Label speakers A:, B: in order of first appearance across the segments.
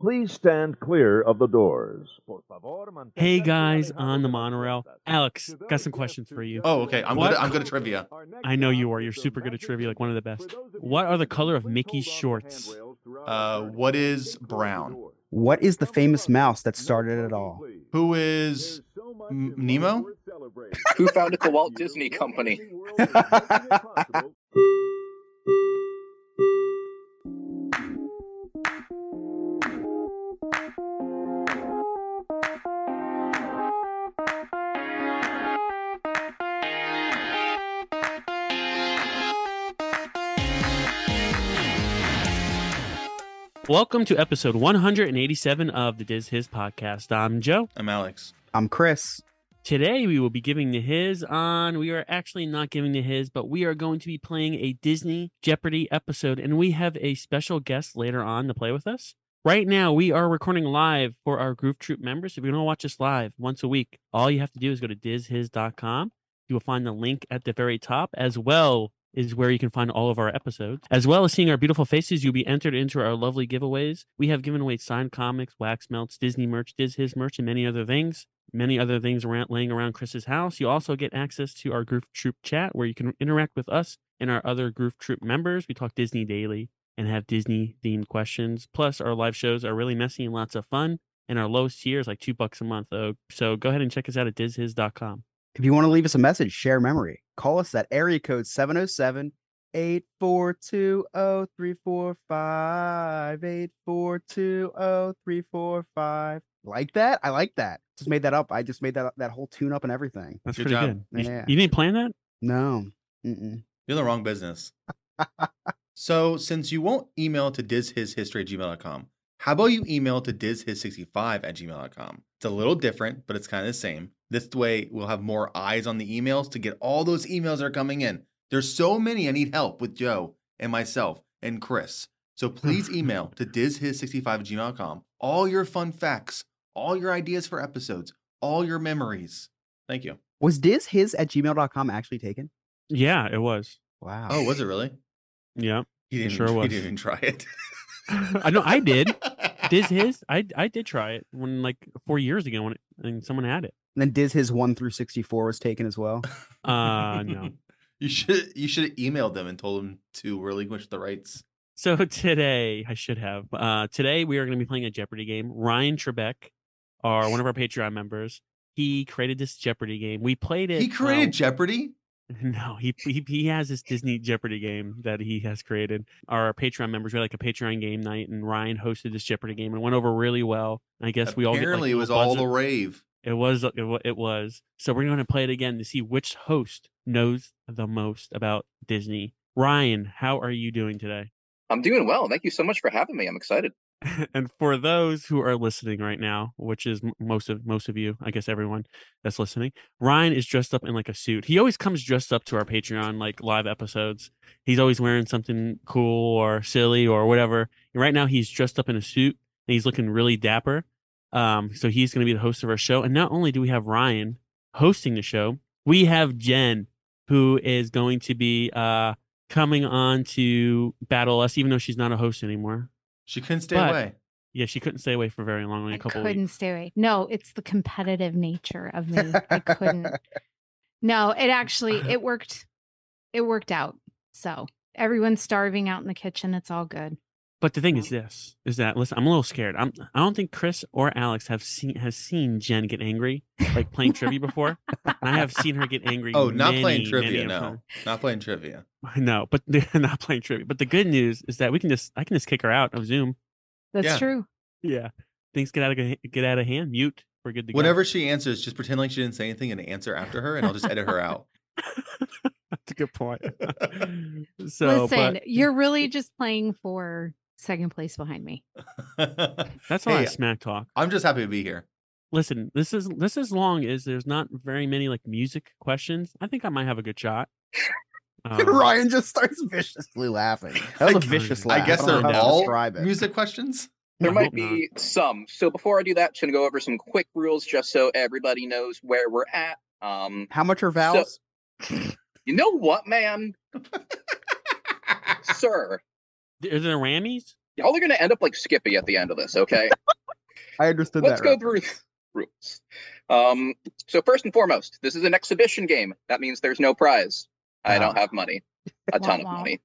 A: Please stand clear of the doors.
B: Hey guys, on the monorail, Alex, got some questions for you.
C: Oh, okay. I'm
B: What?
C: good. I'm good at trivia.
B: I know you are. You're super good at trivia, like one of the best. What are the color of Mickey's shorts?
C: Uh, what is brown?
D: What is the famous mouse that started it all?
C: Who is M- Nemo?
E: Who founded the Walt Disney Company?
B: Welcome to episode 187 of the Diz His podcast. I'm Joe.
C: I'm Alex.
D: I'm Chris.
B: Today we will be giving the his on. We are actually not giving the his, but we are going to be playing a Disney Jeopardy episode, and we have a special guest later on to play with us. Right now, we are recording live for our Groove Troop members. If you want to watch us live once a week, all you have to do is go to dizhis.com. You will find the link at the very top, as well is where you can find all of our episodes. As well as seeing our beautiful faces, you'll be entered into our lovely giveaways. We have given away signed comics, wax melts, Disney merch, Diz His merch, and many other things. Many other things around, laying around Chris's house. You also get access to our Groove Troop chat where you can interact with us and our other Groove Troop members. We talk Disney daily and have Disney themed questions. Plus, our live shows are really messy and lots of fun. And our lowest tier is like two bucks a month. So- So go ahead and check us out at dizhis.com.
D: If you want to leave us a message, share memory. Call us at area code 707 842 0345. 842 0345. Like that? I like that. Just made that up. I just made that that whole tune up and everything.
B: That's
C: Good
B: pretty
C: job.
B: good. You-
D: Yeah.
B: You didn't plan that?
D: No. Mm-mm.
C: You're in the wrong business. so, since you won't email to dizhishistory at gmail.com, how about you email to dizhis65 at gmail.com? It's a little different, but it's kind of the same. This way, we'll have more eyes on the emails to get all those emails that are coming in. There's so many I need help with Joe and myself and Chris. So please email to dizhis65 at gmail.com all your fun facts, all your ideas for episodes, all your memories. Thank you.
D: Was Diz his at gmail.com actually taken?
B: Yeah, it was.
D: Wow.
C: Oh, was it really?
B: Yeah.
C: He didn't,
B: sure
C: he
B: was.
C: didn't even try it.
B: I know I did. Diz his. I I did try it when like four years ago when it, and someone had it.
D: And then Diz his 1 through 64 was taken as well.
B: Uh no.
C: You should you should have emailed them and told them to relinquish the rights.
B: So today I should have. Uh today we are gonna be playing a Jeopardy game. Ryan Trebek, our one of our Patreon members, he created this Jeopardy game. We played it.
C: He created
B: um,
C: Jeopardy.
B: No, he, he he has this Disney Jeopardy game that he has created. Our Patreon members we had like a Patreon game night, and Ryan hosted this Jeopardy game and went over really well. I guess we all get, like,
C: Apparently, it
B: little
C: was all
B: buzzer-
C: the rave.
B: It was. It, wa- it was. So we're going to play it again to see which host knows the most about Disney. Ryan, how are you doing today?
E: I'm doing well. Thank you so much for having me. I'm excited.
B: and for those who are listening right now, which is m- most of most of you, I guess everyone that's listening, Ryan is dressed up in like a suit. He always comes dressed up to our Patreon like live episodes. He's always wearing something cool or silly or whatever. And right now he's dressed up in a suit and he's looking really dapper. Um, so he's going to be the host of our show. And not only do we have Ryan hosting the show, we have Jen who is going to be uh coming on to battle us, even though she's not a host anymore.
C: She couldn't stay
B: But-
C: away.
B: Yeah, she couldn't stay away for very long, only
F: I
B: a couple
F: couldn't
B: weeks.
F: stay away. No, it's the competitive nature of me. I couldn't. No, it actually it worked. It worked out. So everyone's starving out in the kitchen. It's all good.
B: But the thing is this is that listen, I'm a little scared. I'm I don't think Chris or Alex have seen has seen Jen get angry like playing trivia before. And I have seen her get angry.
C: Oh, not playing
B: many,
C: trivia.
B: many a
C: No,
B: time.
C: not playing trivia.
B: no, but not playing trivia. But the good news is that we can just I can just kick her out of Zoom.
F: That's
C: Yeah.
F: true.
B: Yeah, things get out of g- get out of hand. Mute. We're good to go.
C: Whenever she answers, just pretend like she didn't say anything and answer after her, and I'll just edit her out.
B: That's a good point. so,
F: Listen,
B: but
F: you're really just playing for second place behind me.
B: that's all
C: Hey,
B: I smack talk.
C: I'm just happy to be here.
B: listen this is this as long as there's not very many like music questions i think i might have a good shot Um,
D: Ryan just starts viciously laughing. That was a
C: Oh. I-
D: vicious laugh.
C: I guess
D: don't
C: they're
D: know how to
C: all
D: describe it.
C: music questions.
E: There
B: I
E: might
B: hope not.
E: be some. So before I do that, should go over some quick rules just so everybody knows where we're at. Um,
D: How much are vowels?
E: you know what, man, sir?
B: Th- are there rammies
E: Y'all are gonna end up like Skippy at the end of this, okay?
D: I understood
E: Let's
D: that.
E: go
D: Rob.
E: through the rules. Um, so first and foremost, this is an exhibition game. That means there's no prize. I don't have money, a ton of
F: Wow.
E: money.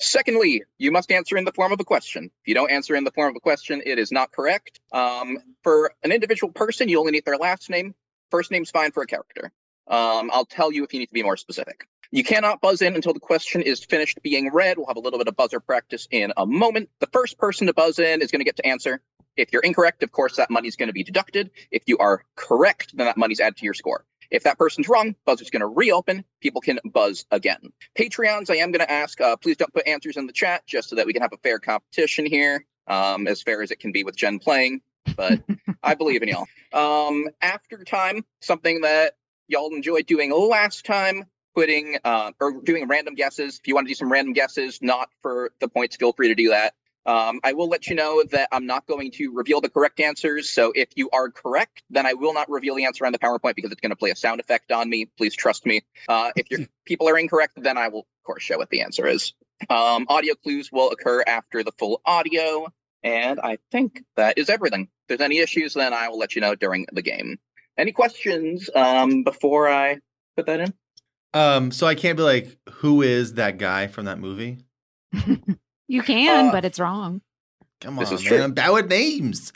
E: Secondly, you must answer in the form of a question. If you don't answer in the form of a question, it is not correct. Um, for an individual person, you only need their last name. First name's fine for a character. Um, I'll tell you if you need to be more specific. You cannot buzz in until the question is finished being read. We'll have a little bit of buzzer practice in a moment. The first person to buzz in is going to get to answer. If you're incorrect, of course, that money's going to be deducted. If you are correct, then that money's added to your score. If that person's wrong, buzzer's going to reopen. People can buzz again. Patreons, I am going to ask, uh, please don't put answers in the chat just so that we can have a fair competition here, um, as fair as it can be with Jen playing. But I believe in y'all. Um, after time, something that y'all enjoyed doing last time, putting uh, or doing random guesses. If you want to do some random guesses, not for the points, feel free to do that. Um, I will let you know that I'm not going to reveal the correct answers. So if you are correct, then I will not reveal the answer on the PowerPoint because it's going to play a sound effect on me. Please trust me. Uh, if your people are incorrect, then I will, of course, show what the answer is. Um, audio clues will occur after the full audio. And I think that is everything. If there's any issues, then I will let you know during the game. Any questions um, before I put that in?
C: Um, so I can't be like, who is that guy from that movie?
F: you can,
E: Uh,
B: Oh.
F: but it's wrong.
C: Come on,
E: This
C: man.
E: is true.
C: I'm bad with names.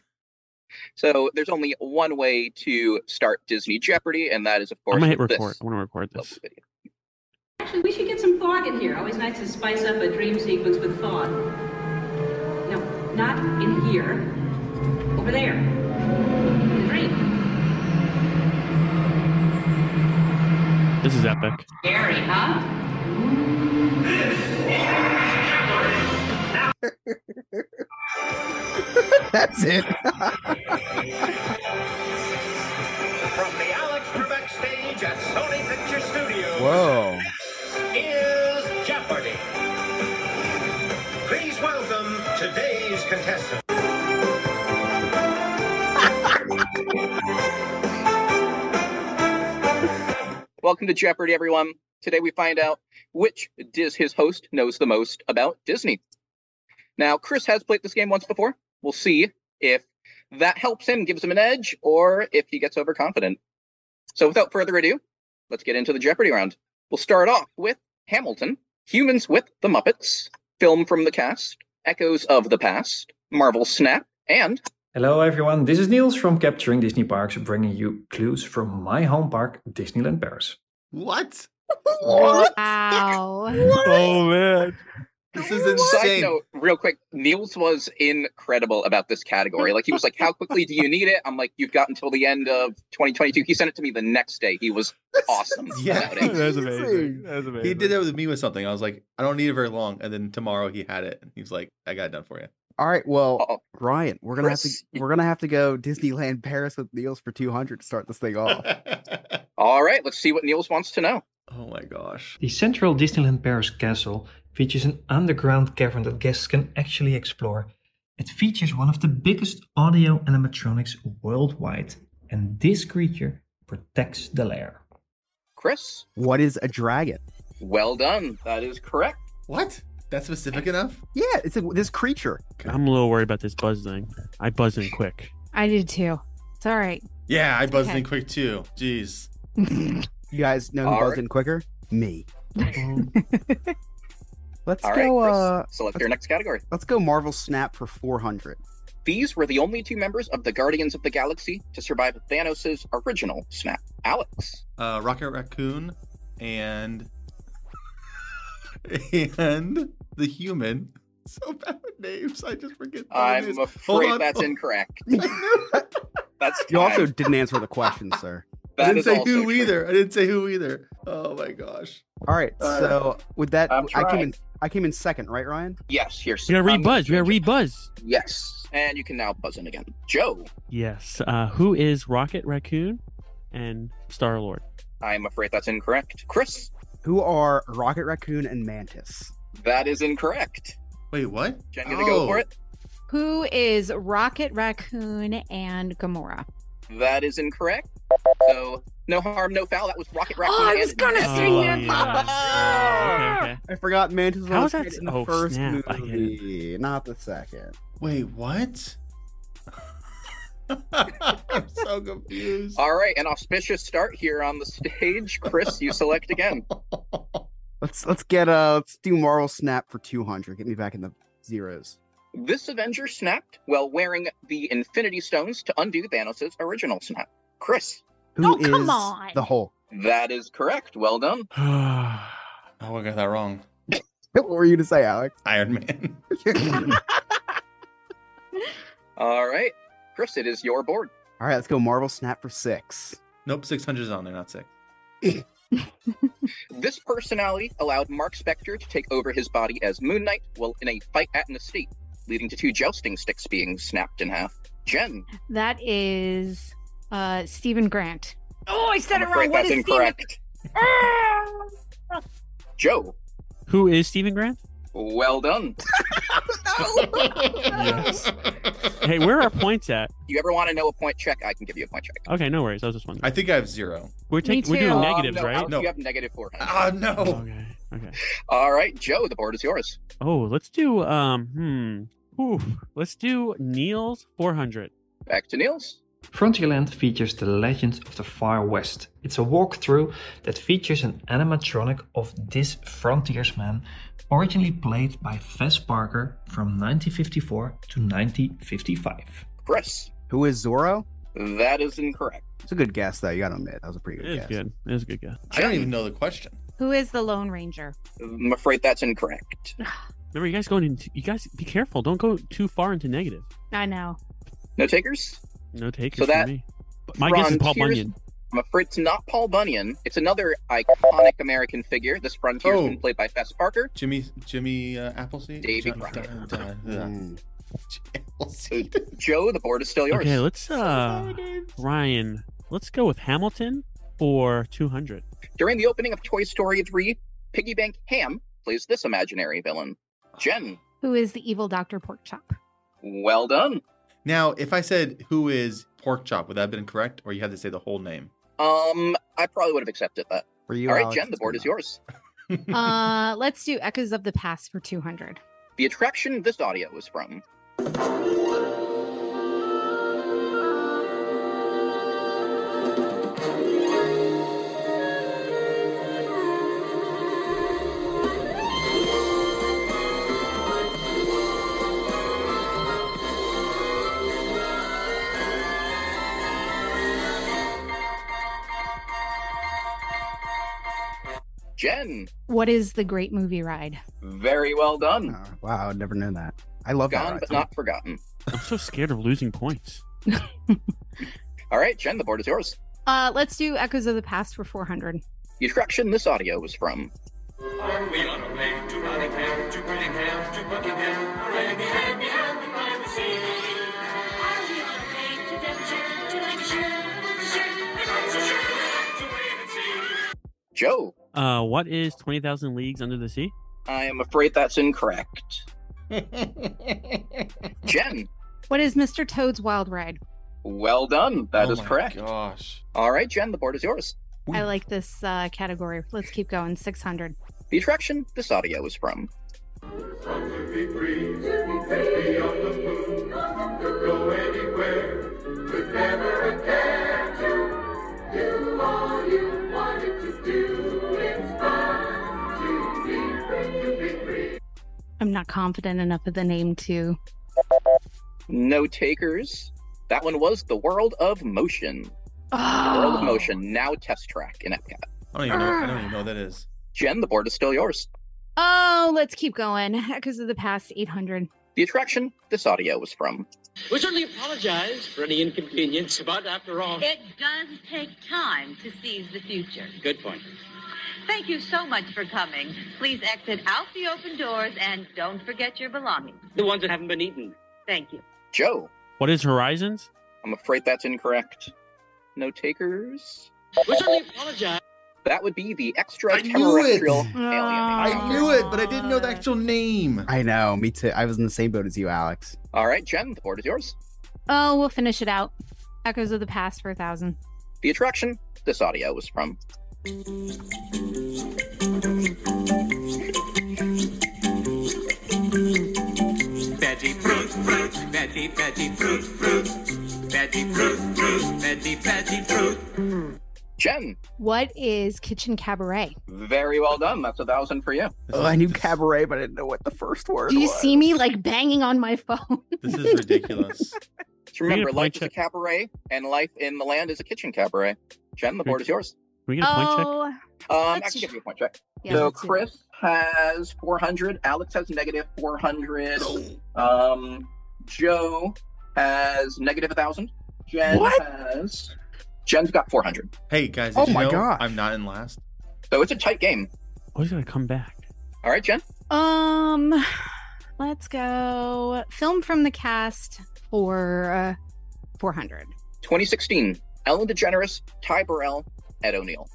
E: So there's only one way to start Disney Jeopardy, and that is, of course,
B: I'm gonna hit
E: with
B: record.
E: This.
B: I want to record
E: lovely
B: this.
E: video.
G: Actually, we should get some fog in here. Always nice to spice up a dream sequence with fog. No, not in here. Over there. In the dream.
B: This is epic.
G: Scary, huh?
D: That's it.
H: From the Alex Trebek stage at Sony Picture Studios
D: Whoa.
H: is Jeopardy. Please welcome today's contestant.
E: Welcome to Jeopardy, everyone. Today we find out which Diz his host knows the most about Disney. Now, Chris has played this game once before. We'll see if that helps him, gives him an edge, or if he gets overconfident. So, without further ado, let's get into the Jeopardy round. We'll start off with Hamilton, Humans with the Muppets, Film from the Cast, Echoes of the Past, Marvel Snap, and
I: Hello everyone, this is Niels from Capturing Disney Parks, bringing you clues from my home park, Disneyland Paris.
C: What?
F: Wow.
B: Oh man.
C: This is
E: Side
C: insane.
E: note, real quick, Niels was incredible about this category. Like he was like, "How quickly do you need it?" I'm like, "You've got until the end of 2022." He sent it to me the next day. He was awesome
C: Yeah.
E: about it.
B: That's amazing.
D: amazing.
B: That's amazing.
C: He did that with me with something. I was like, I don't need it very long. And then tomorrow he had it. And he was like, I got it done for you.
D: All right. Well,
E: Uh-oh.
D: Brian, we're gonna
E: Chris.
D: have to we're gonna have to go Disneyland Paris with Niels for two hundred to start this thing
B: Oh.
D: off.
E: All right, let's see what Niels wants to know.
C: oh my gosh.
I: The central Disneyland Paris castle features an underground cavern that guests can actually explore. It features one of the biggest audio animatronics worldwide, and this creature protects the lair.
E: Chris,
D: What is a dragon?
E: well done. That is correct.
C: What? That's specific enough?
D: Yeah, it's a, this creature.
B: I'm a little worried about this buzz thing. I buzzed in quick.
F: I did too. It's all right.
C: Yeah, I buzzed
F: Okay.
C: in quick too. Jeez.
D: You guys know who
E: All
D: buzzed
E: right.
D: in quicker? Me. Let's
E: All right,
D: go.
E: Chris,
D: uh,
E: select your next category.
D: let's go. Marvel Snap for four hundred.
E: These were the only two members of the Guardians of the Galaxy to survive Thanos' original snap. Alex,
C: Uh, Rocket Raccoon and. And the human. So bad with names. I just forget. all of
E: I'm
C: these.
E: afraid
C: on.
E: that's incorrect.
C: I knew it.
E: That's
D: You also
E: time.
D: didn't answer the question, sir.
E: That
C: I didn't
E: is
C: say
E: also
C: who
E: true.
C: either. I didn't say who either. Oh my gosh.
D: All right.
C: Uh,
D: So with that,
E: I'm
D: I came
E: trying.
D: in. I came in second, right, Ryan?
E: Yes, here's
B: We gotta
E: I'm gonna
B: rebuzz. We gotta
E: change it.
B: rebuzz.
E: Yes. And you can now buzz in again. Joe,
B: Yes. Uh, who is Rocket Raccoon and Star Lord?
E: I'm afraid that's incorrect. Chris,
D: Who are Rocket Raccoon and Mantis?
E: that is incorrect.
C: Wait, what?
E: Jen, gonna go for
C: Oh.
E: it?
F: Who is Rocket Raccoon and Gamora?
E: That is incorrect. So No harm, no foul. That was Rocket Raccoon.
F: Oh, I was
E: and-
F: gonna sing
B: Oh,
F: that,
B: yeah.
F: Papa.
B: Okay, okay.
D: I forgot Mantis was
B: How
D: on
B: is that
D: screen
B: s-
D: in the
B: oh,
D: first
B: snap, I get it.
D: movie, not the second.
C: Wait, what? I'm so confused.
E: All right, an auspicious start here on the stage. Chris, you select again.
C: Oh,
D: Let's let's get uh let's do Marvel Snap for two hundred. Get me back in the zeros.
E: This Avenger snapped while wearing the Infinity Stones to undo Thanos' original snap. Chris,
D: Who
F: Oh, come
D: is
F: on.
D: the Hulk?
E: that is correct. Well done.
C: Oh, I got that wrong.
D: What were you to say, Alex?
C: Iron Man.
E: All right, Chris, it is your board.
D: All right, let's go Marvel Snap for six.
C: Nope, 600 is on there, not six.
E: This personality allowed Mark Spector to take over his body as Moon Knight while in a fight at an estate, leading to two jousting sticks being snapped in half. Jen,
F: That is uh Stephen Grant. Oh, I said
E: I'm afraid that's incorrect. Joe,
B: Who is Stephen Grant?
E: well done.
B: Yes. Hey, where are points at?
E: You ever want to know a point check? I can give you a point check.
B: Okay, no worries. I was just wondering.
C: I think I have zero.
B: We're taking we're
F: too.
B: doing
E: Um,
B: negatives,
E: no,
B: right?
E: Alex,
C: No.
E: You have negative four.
C: Ah,
E: Oh.
C: no.
B: Okay. Okay.
E: All right, Joe, the board is yours.
B: Oh, let's do um hmm. Oof. Let's do Neil's 400.
E: Back to Niels.
I: Frontierland features the Legends of the Far West. It's a walkthrough that features an animatronic of this frontiersman, originally played by Fess Parker from 1954 to 1955.
E: Chris,
D: Who is Zorro?
E: that is incorrect.
D: It's a good guess though. You gotta admit that was a pretty
B: It
D: good
B: is
D: guess.
B: good. It is a good guess.
C: I don't even know the question.
F: Who is the Lone Ranger?
E: I'm afraid that's incorrect.
B: Remember you guys going into you guys be careful. Don't go too far into negative.
F: I know.
E: No takers?
B: No takers
E: So that-
B: for me. My guess is Paul
E: Frontiers-
B: Bunyan.
E: I'm afraid it's not Paul Bunyan. It's another iconic American figure. This frontiersman
C: Oh.
E: played by Fess Parker.
C: Jimmy, Jimmy uh, Appleseed?
E: Davy
C: John-
E: Crockett.
C: Dun- dun-
D: Mm.
C: dun. Appleseed.
E: Joe, the board is still yours.
B: Okay, let's uh
C: Names.
B: Ryan, let's go with Hamilton for 200.
E: During the opening of Toy Story 3, Piggy Bank Ham plays this imaginary villain. Jen,
F: Who is the evil Dr. Porkchop?
E: well done.
C: Now, if I said who is pork chop, would that have been correct? Or you have to say the whole name?
E: Um, I probably would have accepted that.
D: For you,
E: All right,
D: Alex,
E: Jen, the
D: it's
E: board
D: good
E: is
D: enough.
E: yours.
F: Uh, let's do Echoes of the Past for 200.
E: The attraction this audio was from. Jen,
F: What is the great movie ride?
E: very well done.
D: Oh, wow, I would never know that. I love that.
E: Gone
D: ride
E: but
D: so
E: not forgotten.
B: I'm so scared of losing points.
E: All right, Jen, the board is yours.
F: Uh, let's do Echoes of the Past for 400.
E: The attraction this audio was from.
H: Are we on a plane to Nottingham, to Birmingham, to Buckingham? Hooray, me happy, happy by the sea. Are we on a plane to Devonshire, to Lancashire, Wiltshire, and Oxfordshire? To wait and see.
E: Joe,
B: Uh what is 20,000 leagues under the sea?
E: I am afraid that's incorrect. Jen,
F: What is Mr. Toad's Wild Ride?
E: well done. That
C: Oh
E: is
C: my
E: correct.
C: Gosh.
E: All right, Jen, the board is yours.
F: I like this uh, category. Let's keep going. 600.
E: The attraction this audio was from.
H: From to be free, to be free on the moon, to go anywhere with never a care to do all you wanted to do. It's fun to be free, to be free.
F: I'm not confident enough of the name to.
E: No takers. That one was The World of Motion. The World of
F: Oh,
E: Motion, now test track in Epcot.
C: I don't even know. I don't even know what that is.
E: Jen, the board is still yours.
F: oh let's keep going. Echoes of the Past 800.
E: The attraction this audio was from.
J: We certainly apologize for any inconvenience, but after all,
K: It does take time to seize the future.
J: good point.
K: Thank you so much for coming. Please exit out the open doors and don't forget your belongings.
J: The ones that haven't been eaten.
K: Thank you.
E: Joe,
B: What is Horizons?
E: I'm afraid that's incorrect. No takers.
J: We certainly apologize.
E: That would be the
C: I knew it.
E: extraterrestrial alien. Oh
C: I knew it, but I didn't know the actual name.
D: I know, me too. I was in the same boat as you, Alex.
E: All right, Jen, the board is yours.
F: Oh, we'll finish it out. Echoes of the Past for a 1,000.
E: The attraction this audio was from.
L: Betty Fruit, fruit, Betty, Betty Fruit, fruit, Betty Fruit, fruit, Betty, Betty Fruit.
E: Jen,
F: What is Kitchen Cabaret?
E: very well done. That's a thousand for you.
D: Oh, I knew cabaret, but I didn't know what the first word
F: Do you
D: was.
F: see me like banging on my phone?
C: This is ridiculous.
E: Just remember,
B: point
E: life is a
B: check.
E: cabaret, and life in the land is a kitchen cabaret. Jen, the board is yours.
B: we get a point check?
F: Oh,
E: Um, I
F: Let's
E: can
F: ju-
E: give you a point check.
F: yeah,
E: so
F: let's do
E: Chris has 400. Alex has negative 400.
C: Oh.
E: Um, Joe has negative 1,000. Jen
D: What?
E: has. Jen's got 400.
C: Hey guys, did
D: Oh
C: you
D: my
C: know
D: gosh.
C: I'm not in last?
E: So it's a tight game.
B: Oh, he's gonna come back.
E: All right, Jen.
F: that. Um, let's go. Film from the cast for uh, 400.
E: 2016. Ellen DeGeneres, Ty Burrell, Ed O'Neill.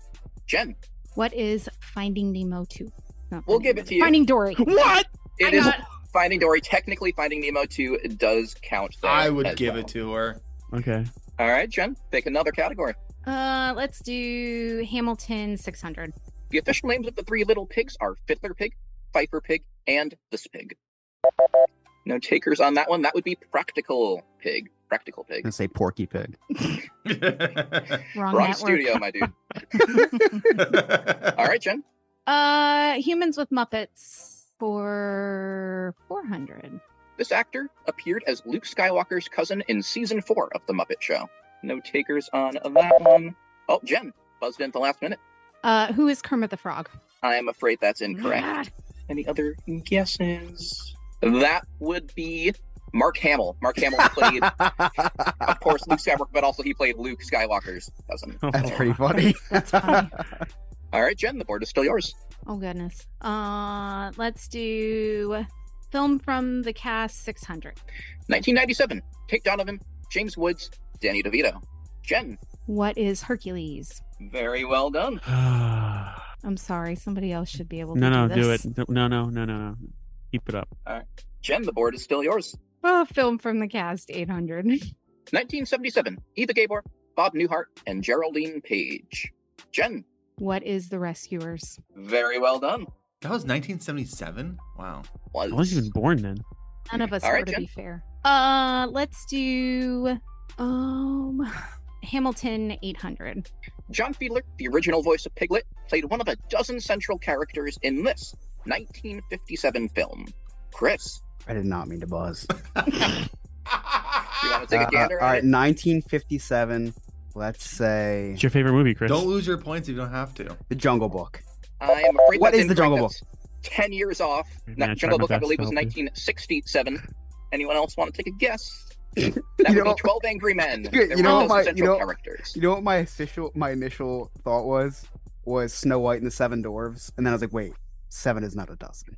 E: Jen,
F: What is Finding Nemo 2? Not
E: we'll
F: Finding
E: give it
F: Nemo.
E: to you.
F: Finding Dory.
D: What?
F: I
E: It is
F: got-
E: Finding Dory. Technically, Finding Nemo 2 does count. there
C: I would
E: as
C: give
E: well.
C: it to her.
B: Okay.
E: All right, Jen, pick another category.
F: Uh, let's do Hamilton 600.
E: The official names of the three little pigs are Fiddler Pig, Pfeiffer Pig, and This Pig. No takers on that one. That would be Practical Pig. Practical Pig.
D: And say Porky Pig.
F: Wrong
E: Wrong
F: network.
E: studio, my dude. All right, Jen.
F: Uh, Humans with Muppets for 400.
E: This actor appeared as Luke Skywalker's cousin in season four of The Muppet Show. No takers on that one. Oh, Jen, buzzed in at the last minute.
F: Uh, who is Kermit the Frog? Ah,
E: I am afraid that's incorrect. Any other guesses? That would be Mark Hamill. Mark Hamill played, of course, Luke Skywalker, but also he played Luke Skywalker's cousin.
D: That's pretty funny.
F: That's funny.
E: All right, Jen, the board is still yours.
F: Oh goodness. Uh, let's do film from the cast 600.
E: 1997. Kate Donovan, James Woods, Danny DeVito. Jen,
F: What is Hercules?
E: very well done.
F: I'm sorry, somebody else should be able to.
B: no, no,
F: do,
B: do
F: this.
B: it. No, no, no, no, no. Keep it up.
E: Jen, the board is still yours.
F: Oh, film from the cast 800.
E: 1977. Eva Gabor, Bob Newhart, and Geraldine Page. Jen,
F: What is The Rescuers?
E: very well done.
C: That was 1977. Wow.
E: Was.
B: I wasn't even born then.
F: None of us
E: All
F: were
E: right,
F: to
E: Jen.
F: be fair. Uh, let's do um Hamilton 800.
E: John Fiedler, the original voice of Piglet, played one of a dozen central characters in this 1957 film. Chris,
D: I did not mean to buzz.
E: you want to take
D: Uh,
E: a gander
D: all
E: at
D: right,
E: it?
D: 1957. Let's say
B: It's your favorite movie, Chris.
C: Don't lose your points if you don't have to.
D: The Jungle Book.
E: I am afraid
D: What
E: that's
D: is the Jungle
E: incorrect. That's 10 years off.
B: Man,
E: Not
B: I tried
E: Jungle
B: my
E: Book, I
B: best
E: believe,
B: to
E: was
B: help you.
E: 1967. Anyone else want to take a guess?
D: You
E: That would
D: know-
E: be 12 Angry Men.
D: You
E: There were
D: know
E: those
D: my- you
E: central
D: know-
E: characters.
D: You know what my initial my initial thought was was Snow White and the Seven Dwarves, and then I was like, wait, seven is not a dozen.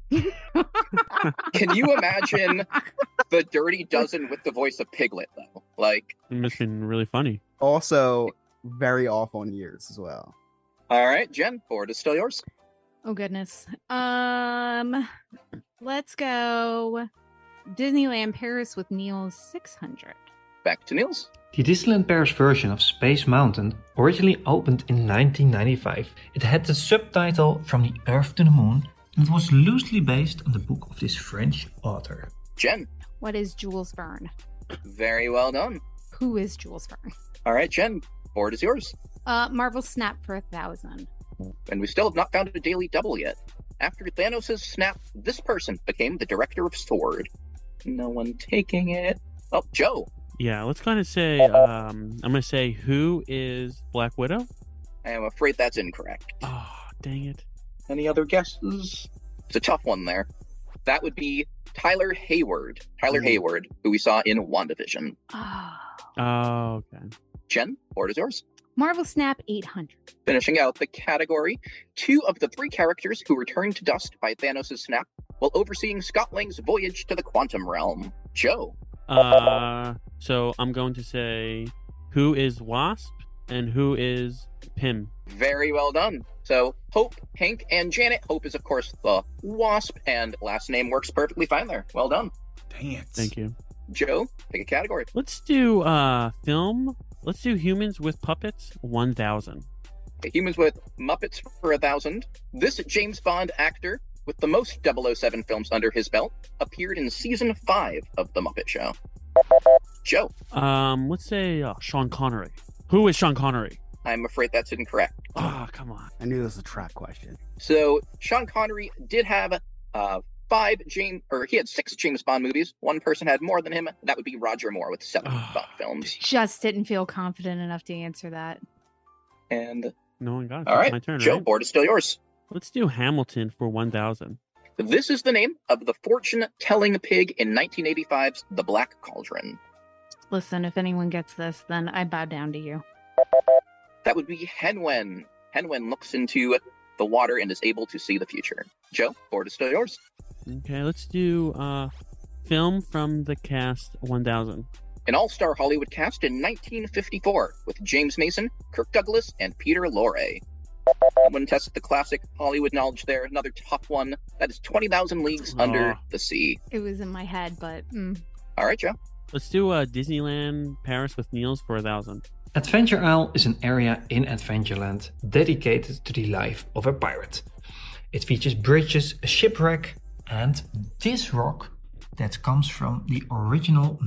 E: Can you imagine the Dirty Dozen with the voice of Piglet, though? Like,
B: It must have been really funny.
D: Also, very off on years as well.
E: all right, Jen, board is still yours.
F: Oh goodness. Um let's go Disneyland Paris with Neil 600.
E: Back to Niels.
I: The Disneyland Paris version of Space Mountain originally opened in 1995. It had the subtitle From the Earth to the Moon and it was loosely based on the book of this French author.
E: Jen,
F: What is Jules Verne?
E: very well done.
F: Who is Jules Verne?
E: All right, Jen, board is yours.
F: Uh Marvel Snap for a thousand.
E: and we still have not found a daily double yet. After Thanos' snap, this person became the director of Sword. No one taking it. Oh, Joe.
B: Yeah, let's kind of say.
F: Oh.
B: Um, I'm gonna say who is Black Widow.
E: I am afraid that's incorrect.
B: Oh, dang it!
E: Any other guesses? It's a tough one there. That would be Tyler Hayward. Tyler Hayward, who we saw in WandaVision.
F: Oh.
B: Oh, okay.
E: Jen, board is yours.
F: Marvel Snap 800.
E: Finishing out the category, two of the three characters who returned to dust by Thanos' snap while overseeing Scott Lang's voyage to the quantum realm. Joe,
B: Uh, so I'm going to say who is Wasp and who is Pym.
E: Very well done. So Hope, Hank, and Janet. Hope is of course the wasp, and last name works perfectly fine there. Well done,
C: Dang it.
B: Thank you.
E: Joe. Pick a category.
B: Let's do uh film Let's do humans with puppets 1000.
E: The Humans with Muppets for a Thousand. This James Bond actor with the most 007 films under his belt appeared in season five of The Muppet Show. Joe,
B: Um, let's say uh, Sean Connery. Who is Sean Connery?
E: I'm afraid that's incorrect.
B: Ah, come on.
D: I knew this was a trap question.
E: So Sean Connery did have uh, five James, or he had six James Bond movies. One person had more than him. That would be Roger Moore with seven Bond films.
F: Just didn't feel confident enough to answer that.
E: And
B: No one got it.
E: all
B: It's
E: right,
B: my turn,
E: Joe,
B: right?
E: board is still yours.
B: Let's do Hamilton for 1000.
E: This is the name of the fortune-telling pig in 1985's The Black Cauldron.
F: Listen, if anyone gets this, then I bow down to you.
E: That would be Henwen. Henwen looks into the water and is able to see the future. Joe, board is still yours.
B: Okay, let's do uh, film from the cast 1000.
E: An all-star Hollywood cast in 1954 with James Mason, Kirk Douglas, and Peter Lorre. Someone tested the classic Hollywood knowledge there. Another top one. That is 20,000 Leagues Under
B: Ah.
E: the Sea.
F: It was in my head, but mm.
E: All right, Joe.
B: Let's do uh, Disneyland Paris with Niels for 1000.
I: Adventure Isle is an area in Adventureland dedicated to the life of a pirate. It features bridges, a shipwreck, and this rock that comes from the original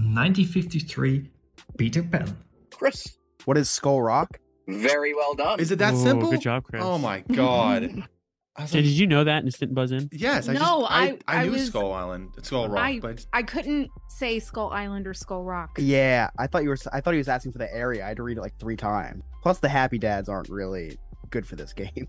I: 1953 Peter Pan.
E: Chris.
D: What is Skull Rock?
E: Very well done.
C: Is it that
B: Ooh,
C: simple?
B: Good job, Chris.
C: Oh my god. I was
B: Jay,
C: like,
B: did you know that and just didn't buzz in?
C: yes, I just
F: No,
C: I,
F: I-
C: I,
F: I
C: knew
F: was-
C: Skull Island. Skull Rock,
F: I
C: but
F: I couldn't say Skull Island or Skull Rock.
D: Yeah, I thought you were. s- I thought he was asking for the area. I had to read it like three times. Plus, the Happy Dads aren't really good for this game.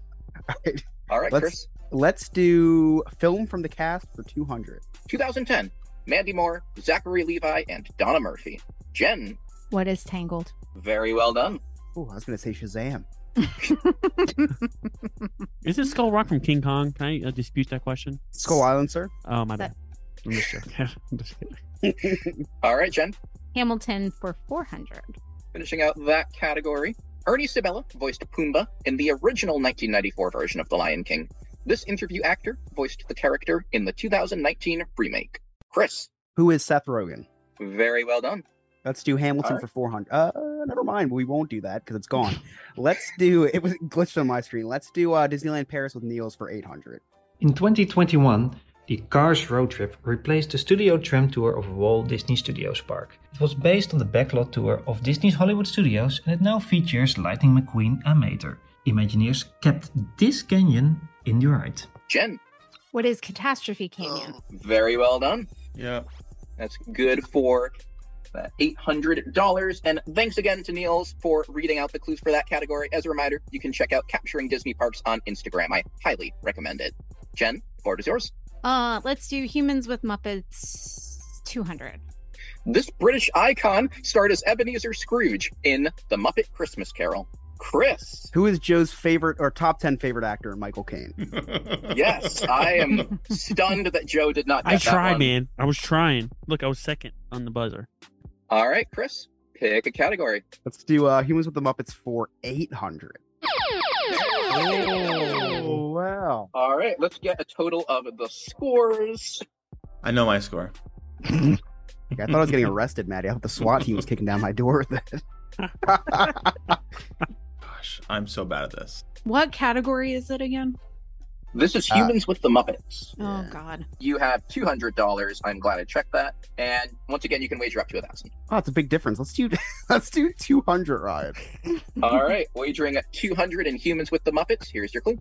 D: All right,
E: All right,
D: Let's-
E: Chris.
D: let's do film from the cast for 200.
E: 2010. Mandy Moore, Zachary Levi, and Donna Murphy. Jen.
F: What is Tangled?
E: Very well done.
D: Oh, I was gonna say Shazam.
B: Is it Skull Rock from King Kong? Can I uh, dispute that question?
D: Skull Island, sir.
B: Oh, my bad.
F: That-
B: I'm just joking. I'm just kidding.
E: All right, Jen.
F: Hamilton for 400.
E: Finishing out that category, Ernie Sibella voiced Pumbaa in the original 1994 version of The Lion King. This interview actor voiced the character in the 2019 remake. Chris,
D: Who is Seth Rogen?
E: very well done.
D: Let's do Hamilton
E: Alright.
D: for 400. Uh, never mind. We won't do that because it's gone. Let's do. It was glitched on my screen. Let's do uh, Disneyland Paris with Niels for 800.
I: In 2021, the Cars Road Trip replaced the studio tram tour of Walt Disney Studios Park. It was based on the backlot tour of Disney's Hollywood Studios and it now features Lightning McQueen and Mater. Imagineers kept this canyon in the ride.
E: Jen,
F: What is Catastrophe Canyon?
E: very well done.
C: yeah.
E: That's good for uh, $800. And thanks again to Niels for reading out the clues for that category. As a reminder, you can check out Capturing Disney Parks on Instagram. I highly recommend it. Jen, board is yours.
F: Uh, let's do Humans with Muppets 200.
E: This British icon starred as Ebenezer Scrooge in The Muppet Christmas Carol. Chris.
D: Who is Joe's favorite or top 10 favorite actor? Michael Caine.
C: Hmm.
E: Yes, I am stunned that Joe did not. Get
B: I
E: that
B: tried,
E: one.
B: man. I was trying. Look, I was second on the buzzer.
E: All right, Chris, pick a category.
D: Let's do uh, Humans with the Muppets for 800. Oh, wow.
E: All right, let's get a total of the scores.
C: I know my score.
D: I thought I was getting arrested, Maddie. I thought the SWAT team was kicking down my door with it.
C: Gosh, I'm so bad at this.
F: What category is it again?
E: This is
D: Uh,
E: Humans with the Muppets.
F: Oh, God.
E: You have two hundred dollars. I'm glad I checked that. And once again, you can wager up to a thousand.
D: Oh, it's a big difference. Let's do let's do 200 ride.
E: All
B: Mhm.
E: right, wagering at two hundred in Humans with the Muppets. Here's your clue.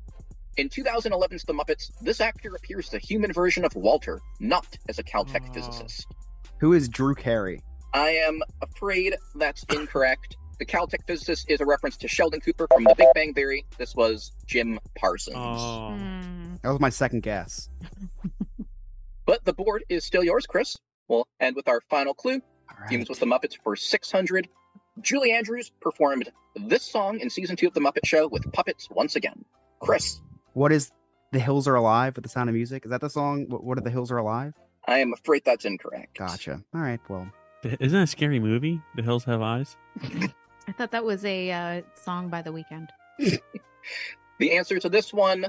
E: In 2011's The Muppets, this actor appears as the human version of Walter, not as a Caltech
B: Oh.
E: physicist.
D: Who is Drew Carey?
E: I am afraid that's incorrect. The Caltech physicist is a reference to Sheldon Cooper from The Big Bang Theory. This was Jim Parsons.
B: Oh,
F: Hmm.
D: That was my second guess.
E: But the board is still yours, Chris. We'll end with our final clue.
D: All right.
E: Humans with the Muppets for 600. Julie Andrews performed this song in season two of The Muppet Show with puppets once again. Chris,
D: What is The Hills Are Alive with the Sound of Music? Is that the song? What, what are The Hills Are Alive?
E: I am afraid that's incorrect.
D: Gotcha. All right. Well,
B: isn't that a scary movie? The Hills Have Eyes.
F: I thought that was a uh, song by the weekend.
E: The answer to this one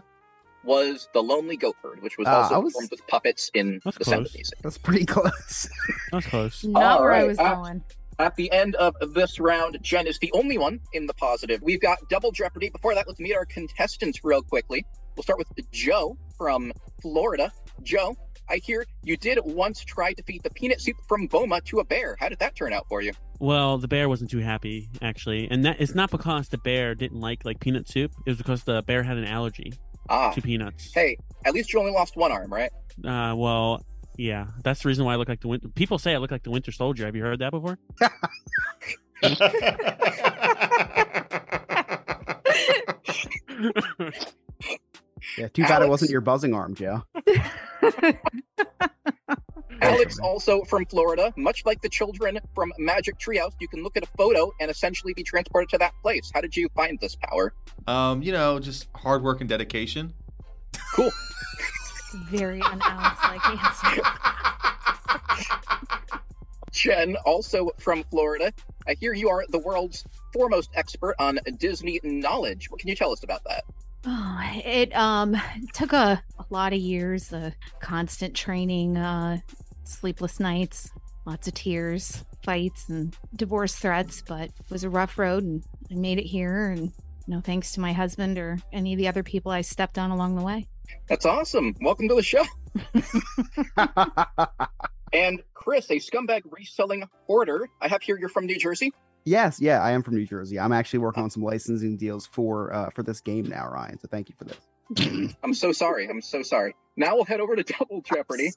E: was The Lonely Goat Herd, which was
D: Ah, I
E: also
D: was-
E: performed with puppets in
B: That's
E: the
B: close.
E: 70s.
D: that's pretty close.
B: That's close.
F: Not where I
E: right,
F: was
E: uh,
F: going.
E: At the end of this round, Jen is the only one in the positive. We've got double jeopardy. Before that, let's meet our contestants real quickly. We'll start with Joe from Florida. Joe, I hear you did once try to feed the peanut soup from Boma to a bear. How did that turn out for you?
B: Well, the bear wasn't too happy actually, and that it's not because the bear didn't like like peanut soup. It was because the bear had an allergy
E: Ah,
B: to peanuts.
E: hey, at least you only lost one arm, right?
B: Uh, well, yeah, that's the reason why I look like the winter. People say I look like the Winter Soldier. Have you heard that before?
D: Yeah, too bad it wasn't your buzzing arm, Joe.
E: Alex, also from Florida, much like the children from Magic Treehouse, you can look at a photo and essentially be transported to that place. How did you find this power?
C: Um, you know, just hard work and dedication.
E: Cool.
F: It's very un like answer.
E: Jen, also from Florida, I hear you are the world's foremost expert on Disney knowledge. What can you tell us about that?
F: Oh, it um took a, a lot of years, uh, constant training, uh, sleepless nights, lots of tears, fights, and divorce threats. But it was a rough road, and I made it here. And no thanks to my husband or any of the other people I stepped on along the way.
E: That's awesome. Welcome to the show. and Chris, a scumbag reselling hoarder. I have here you're from New Jersey.
D: Yes, yeah, I am from New Jersey. I'm actually working on some licensing deals for uh, for this game now, Ryan. So thank you for this.
E: I'm so sorry. I'm so sorry. Now we'll head over to Double Jeopardy.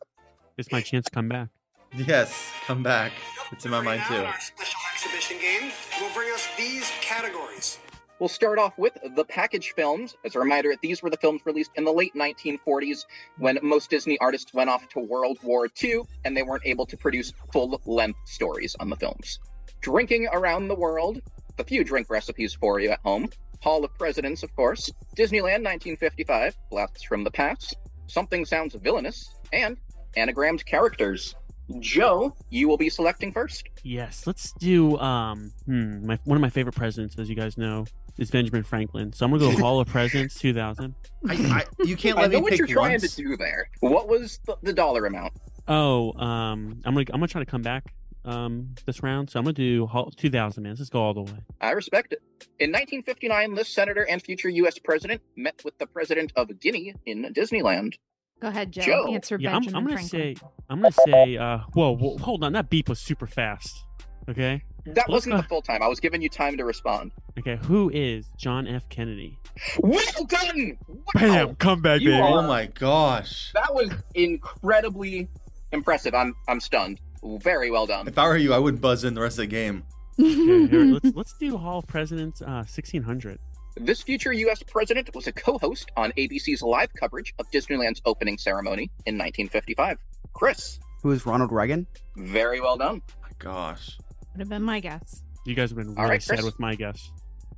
B: It's my chance to come back.
C: Yes, come back. It's in my mind too.
M: Special exhibition game will bring us these categories.
E: We'll start off with the package films. As a reminder, these were the films released in the late 1940s when most Disney artists went off to World War II and they weren't able to produce full length stories on the films. Drinking Around the World, a few drink recipes for you at home. Hall of Presidents, of course. Disneyland 1955, Blasts from the Past. Something Sounds Villainous, and Anagrammed Characters. Joe, you will be selecting first.
B: Yes, let's do. Um, hmm, my, one of my favorite presidents, as you guys know, is Benjamin Franklin. So I'm gonna go Hall of Presidents 2000.
C: I, I, you can't
E: I
C: let
E: know
C: me
E: what
C: pick
E: you're trying
C: once.
E: to do there. What was the, the dollar amount?
B: Oh, um, I'm gonna I'm gonna try to come back um this round. So I'm gonna do Hall 2000, man. Let's go all the way.
E: I respect it. In 1959, this senator and future U.S. president met with the president of Guinea in Disneyland.
F: Go ahead, Joe.
E: Joe.
F: Answer
B: Yeah, I'm,
F: Benjamin
B: I'm gonna
F: Franklin.
B: say I'm gonna say. Uh, whoa, whoa, hold on. That beep was super fast. Okay,
E: That
B: Let's
E: wasn't
B: go-
E: the full time. I was giving you time to respond.
B: okay. Who is John F. Kennedy?
E: Well done! Wow!
B: Bam, come back,
E: You
B: baby.
E: are-
C: Oh my gosh!
E: That was incredibly impressive. I'm I'm stunned. Very well done.
C: If I were you, I would buzz in the rest of the game.
B: Okay, here, let's let's do Hall of Presidents uh, 1600.
E: This future U.S. president was a co-host on ABC's live coverage of Disneyland's opening ceremony in 1955. Chris,
D: Who is Ronald Reagan?
E: very well done.
C: My gosh.
F: Would have been my guess.
B: You guys have been
E: All
B: really
E: right,
B: sad
E: Chris.
B: with my guess.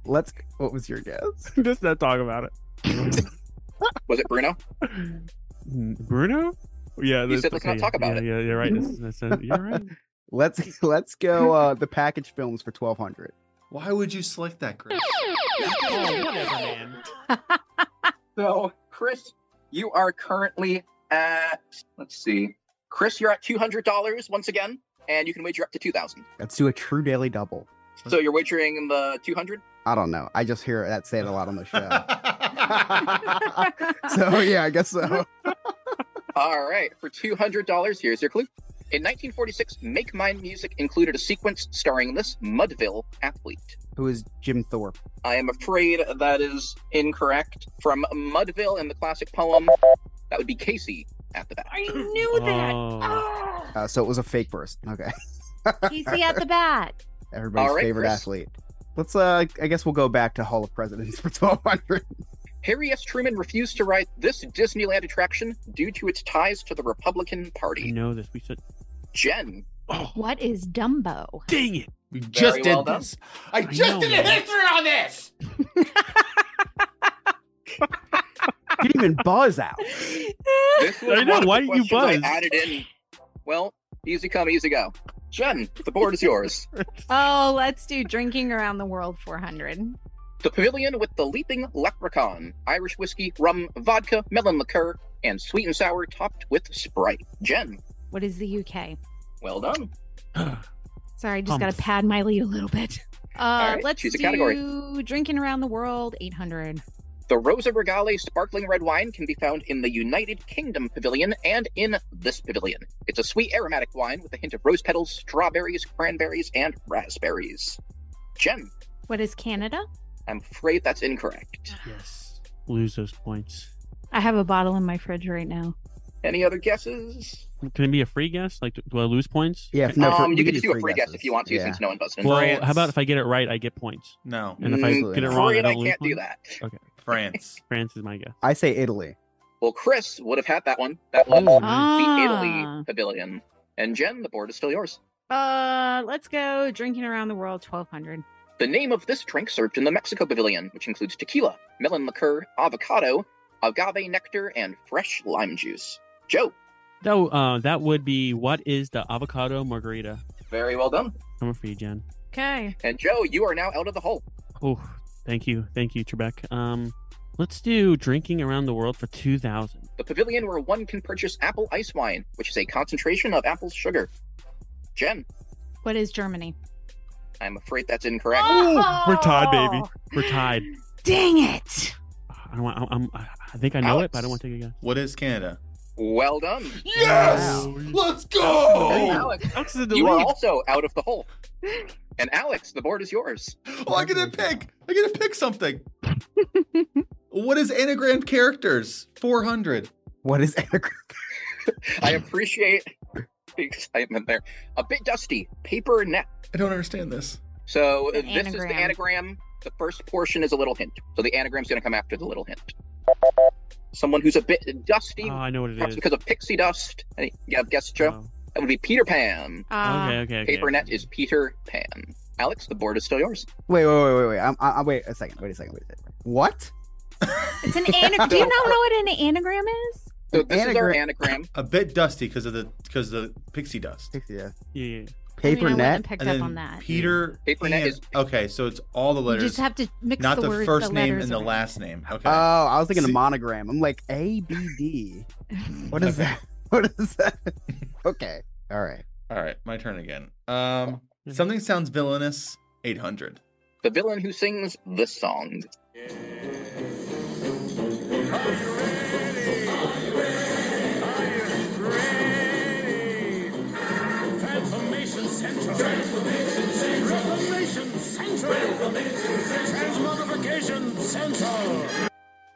D: Let's. What was your guess?
B: Just not talk about it.
E: Was it Bruno?
B: Bruno? Yeah, that's-
E: You said let's not
B: yeah,
E: talk about
B: yeah,
E: it.
B: Yeah, you're right. That's- that's- you're right.
D: Let's let's go. Uh, the package films for twelve hundred.
C: Why would you select that, Chris?
B: Oh, whatever, man.
E: So, Chris, you are currently at let's see. Chris, you're at two hundred dollars once again, and you can wager up to two thousand.
D: Let's do a true daily double.
E: So you're wagering the two hundred.
D: I don't know. I just hear that said a lot on the show. so yeah, I guess so.
E: All right, for two hundred dollars, here's your clue. In 1946, Make Mine Music included a sequence starring this Mudville athlete.
D: Who is Jim Thorpe?
E: I am afraid that is incorrect. From Mudville in the classic poem, that would be Casey at the back.
F: I knew that.
B: Oh.
F: Oh,
D: Uh, so it was a fake burst. Okay,
F: Casey at the bat.
D: everybody's
E: All right,
D: favorite
E: Chris.
D: athlete. Let's. Uh, I guess we'll go back to Hall of Presidents for twelve hundred.
E: Harry S. Truman refused to write this Disneyland attraction due to its ties to the Republican
B: You
E: Party.
B: know this. We should.
E: Jen,
B: Oh,
F: What is Dumbo?
B: dang it.
C: We just
E: well
C: did
E: done.
C: this. I
B: I
C: just
B: know,
C: did
B: man.
C: a history on this.
D: Didn't even buzz out.
E: this was
B: I know,
E: one of
B: why
E: the
B: didn't you
E: questions
B: buzz?
E: I added in. Well, easy come, easy go. Jen, the board is yours.
F: Oh, let's do drinking around the world 400.
E: The pavilion with the leaping leprechaun, Irish whiskey, rum, vodka, melon liqueur, and sweet and sour topped with Sprite. Jen,
F: What is the UK?
E: well done.
F: Sorry, just
B: Humph.
F: got to pad my lead a little bit. Uh,
E: right,
F: let's
E: choose a
F: do
E: category.
F: drinking around the world 800.
E: The Rosa Regale sparkling red wine can be found in the United Kingdom Pavilion and in this pavilion. It's a sweet aromatic wine with a hint of rose petals, strawberries, cranberries, and raspberries. Jen,
F: What is Canada?
E: I'm afraid that's incorrect.
B: Yes. Lose those points.
F: I have a bottle in my fridge right now.
E: Any other guesses?
B: Can it be a free guess? Like, do do I lose points?
D: Yeah, if
E: um, you can do a free guess if you want to, since no one buzzed in.
B: Well,
C: France.
B: how about if I get it right, I get points.
C: No.
B: And if I
D: Mm,
B: get it wrong, I
E: Korean, I
B: don't lose
E: can't do
B: points?
E: that.
B: Okay.
C: France.
B: France is my guess.
D: I say Italy.
E: Well, Chris would have had that one. That was
B: Ooh,
E: the
F: nice. Ah.
E: Italy Pavilion. And Jen, the board is still yours.
F: Uh, let's go drinking around the world 1200.
E: The name of this drink served in the Mexico Pavilion, which includes tequila, melon liqueur, avocado, agave nectar, and fresh lime juice. Joe,
B: That, w- uh, that would be what is the avocado margarita?
E: very well done.
B: Coming for you, Jen.
F: Okay.
E: And Joe, you are now out of the hole.
B: Oh, thank you. Thank you, Trebek. Um, let's do drinking around the world for 2000.
E: The pavilion where one can purchase apple ice wine, which is a concentration of apple sugar. Jen,
F: What is Germany? Oh.
E: I'm afraid that's incorrect.
B: We're tied, baby. We're tied.
F: Dang it.
B: I, don't want, I, I'm, I think I know it, but I don't want to take a guess.
C: What is Canada?
E: Well done.
C: Yes! Let's go!
E: Alex,
B: Alex is in the
E: you are
B: lead.
E: also out of the hole. And Alex, the board is yours.
C: Oh, I get to pick. I get to pick something. what is anagram characters? 400.
D: What is anagram?
E: I appreciate the excitement there. A bit dusty, paper net.
C: I don't understand this.
E: So
F: It's an
E: this is the
F: anagram.
E: anagram. The first portion is a little hint. So the anagram's going to come after the little hint. Someone who's a bit dusty,
B: Oh, I know what it
E: perhaps
B: is.
E: because of pixie dust. Any yeah, guess, Joe?
B: Oh.
E: That would be Peter Pan.
F: Uh,
B: Okay, okay, okay.
E: paper net is Peter Pan. Alex, the board is still yours.
D: Wait, wait, wait, wait, wait. I'm, I, I, wait a second. Wait a second. Wait a second. What?
F: It's an anagram. Do you not know what an anagram is?
E: So
D: An
E: this is our
D: anagra-
E: anagram.
C: A bit dusty because of the because of the pixie dust.
D: Yeah.
B: Yeah, yeah.
D: Paper
F: I mean, I
D: net.
F: wouldn't have picked
C: And
F: up
C: then
F: on that.
C: Peter.
E: Paper net
C: Pan-
E: is-
C: okay. So it's all the
F: You
C: letters,
F: just have to mix
C: not the,
F: the, words,
C: first name
F: letters
C: and the
F: around.
C: last name. Okay.
D: Oh,
E: Uh,
D: I was thinking
C: See-
D: a monogram. I'm like A B D. What is
C: Okay.
D: that? What is that? okay. All right.
C: all right, my turn again. Um, something sounds villainous. 800.
E: The villain who sings the song.
L: Transformation Central. Transformation Central. Transformation Central. Transformation Central. Transmodification Central.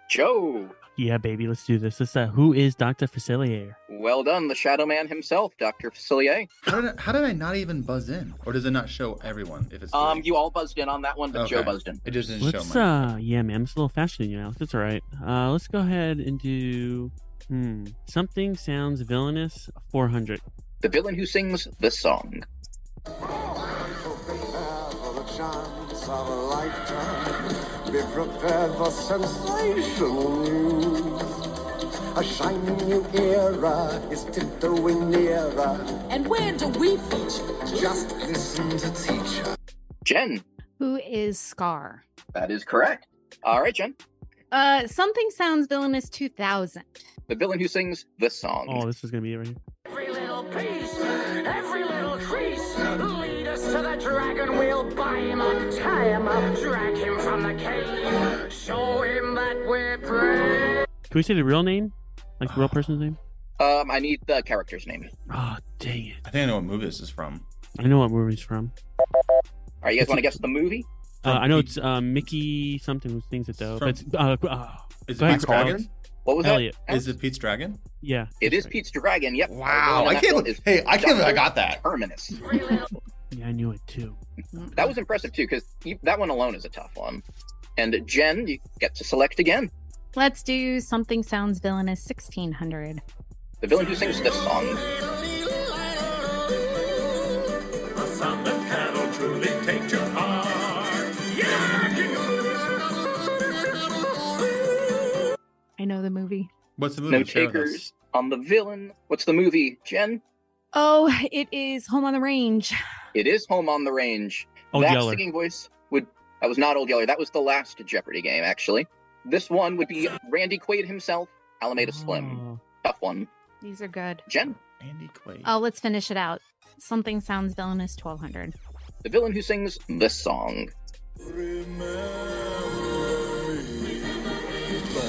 E: Joe,
B: Yeah, baby, let's do this. Let's, uh, who is Dr. Facilier?
E: well done, the Shadow Man himself, Doctor Facilier.
C: How did, I, how did I not even buzz in? Or does it not show everyone if it's
E: Um,
C: three?
E: you all buzzed in on that one, but Joe
C: Okay.
E: buzzed in.
C: It just didn't
B: Let's,
C: show mine.
B: uh, yeah, man, it's a little faster than you, Alex. It's all right. Uh, let's go ahead and do, hmm, something sounds villainous 400.
E: The villain who sings this song.
H: Be prepared for sensational news. A shining new era is tiptoeing nearer.
G: And where do we feature?
H: Just listen to teacher.
E: Jen,
F: Who is Scar?
E: that is correct. All right, Jen.
F: Uh, something sounds villainous 2000.
E: The villain who sings this song.
B: Oh, this is going to be it right here.
L: Every little piece, every little crease, lead us to the dragon. We'll buy him up, tie him up, drag him from the cave, show him that we're brave.
B: Can we say the real name? Like the real person's name?
C: Oh.
E: Um, I need the character's name.
B: Oh, dang it.
C: I think I know what movie this is from.
B: I know what movie's from.
E: All right, you guys want to guess the movie?
B: Uh,
C: From
B: I know
C: Pe-
B: it's uh, Mickey something who sings it, though.
C: From-
B: But it's, uh, uh,
C: Is
B: Go
C: it
B: ahead,
C: Pete's
B: Chris.
C: Dragon?
E: What was
B: Elliot.
E: that?
C: Is it Pete's Dragon?
B: Yeah.
E: It
B: that's
E: is
B: right.
E: Pete's dragon. Yep.
C: Wow,
E: Well,
C: I
E: that
C: can't.
E: one is
C: believe- Hey, I can't. believe I
E: Dr.
C: got that.
E: Terminus.
L: Every little
B: Yeah, I knew it, too.
E: That was impressive too, because that one alone is a tough one. And Jen, you get to select again.
F: Let's do something sounds villainous 1600.
E: The villain who sings this song.
L: The sound that cattle truly take to heart. Yeah, kangaroos.
F: I know the movie.
C: What's the movie?
E: No
C: Share with us.
E: takers on the villain. What's the movie, Jen?
F: Oh, it is Home on the Range.
E: It is Home on the Range.
B: Old
E: that
B: Yeller.
E: singing voice would that was not Old Yeller. That was the last Jeopardy game, actually. This one would be Randy Quaid himself, Alameda Slim.
B: Oh.
E: Tough one.
F: These are good.
E: Jen,
C: Andy Quaid.
F: Oh, let's finish it out. Something Sounds villain is 1200.
E: The villain who sings this song.
H: Boy,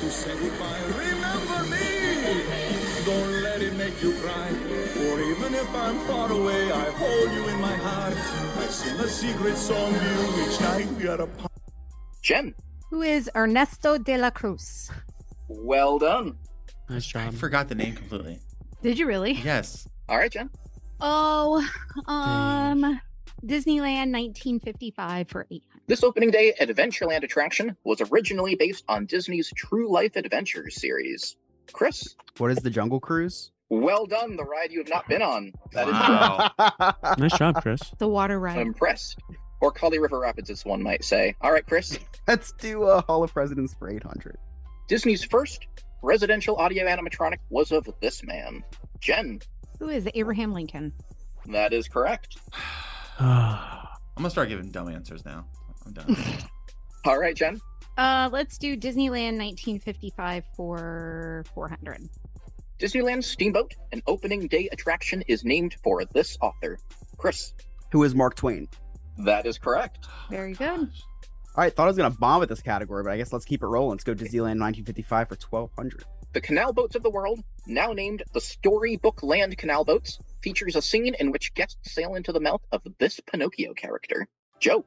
H: who said goodbye, remember me. Don't let it make you cry. For even if I'm far away, I hold you in my heart. I sing a secret song to you each night we are apart.
E: Jen,
F: Who is Ernesto de la Cruz?
E: well done.
B: Nice
C: I forgot the name completely.
F: Did you really?
C: Yes.
E: All right, Jen.
F: Oh, um, Disneyland 1955 for 800.
E: This opening day Adventureland attraction was originally based on Disney's True Life Adventures series. Chris,
D: What is the Jungle Cruise?
E: well done. The ride you have not been on. That is
C: Wow.
B: Nice job, Chris.
F: The water
E: I'm
F: ride.
E: impressed. Or Kali River Rapids, as one might say. All right, Chris.
D: Let's do a Hall of Presidents for 800.
E: Disney's first residential audio animatronic was of this man. Jen,
F: Who is Abraham Lincoln?
E: that is correct.
C: I'm gonna start giving dumb answers now. I'm done.
E: All right, Jen.
F: Uh, let's do Disneyland 1955 for 400.
E: Disneyland Steamboat, an opening day attraction, is named for this author. Chris,
D: Who is Mark Twain?
E: that is correct.
F: Very good.
D: All right, thought I was gonna bomb at this category, but I guess let's keep it rolling. Let's go Disneyland 1955 for 1200.
E: The Canal Boats of the World, now named the Storybook Land Canal Boats, features a scene in which guests sail into the mouth of this Pinocchio character. Joe,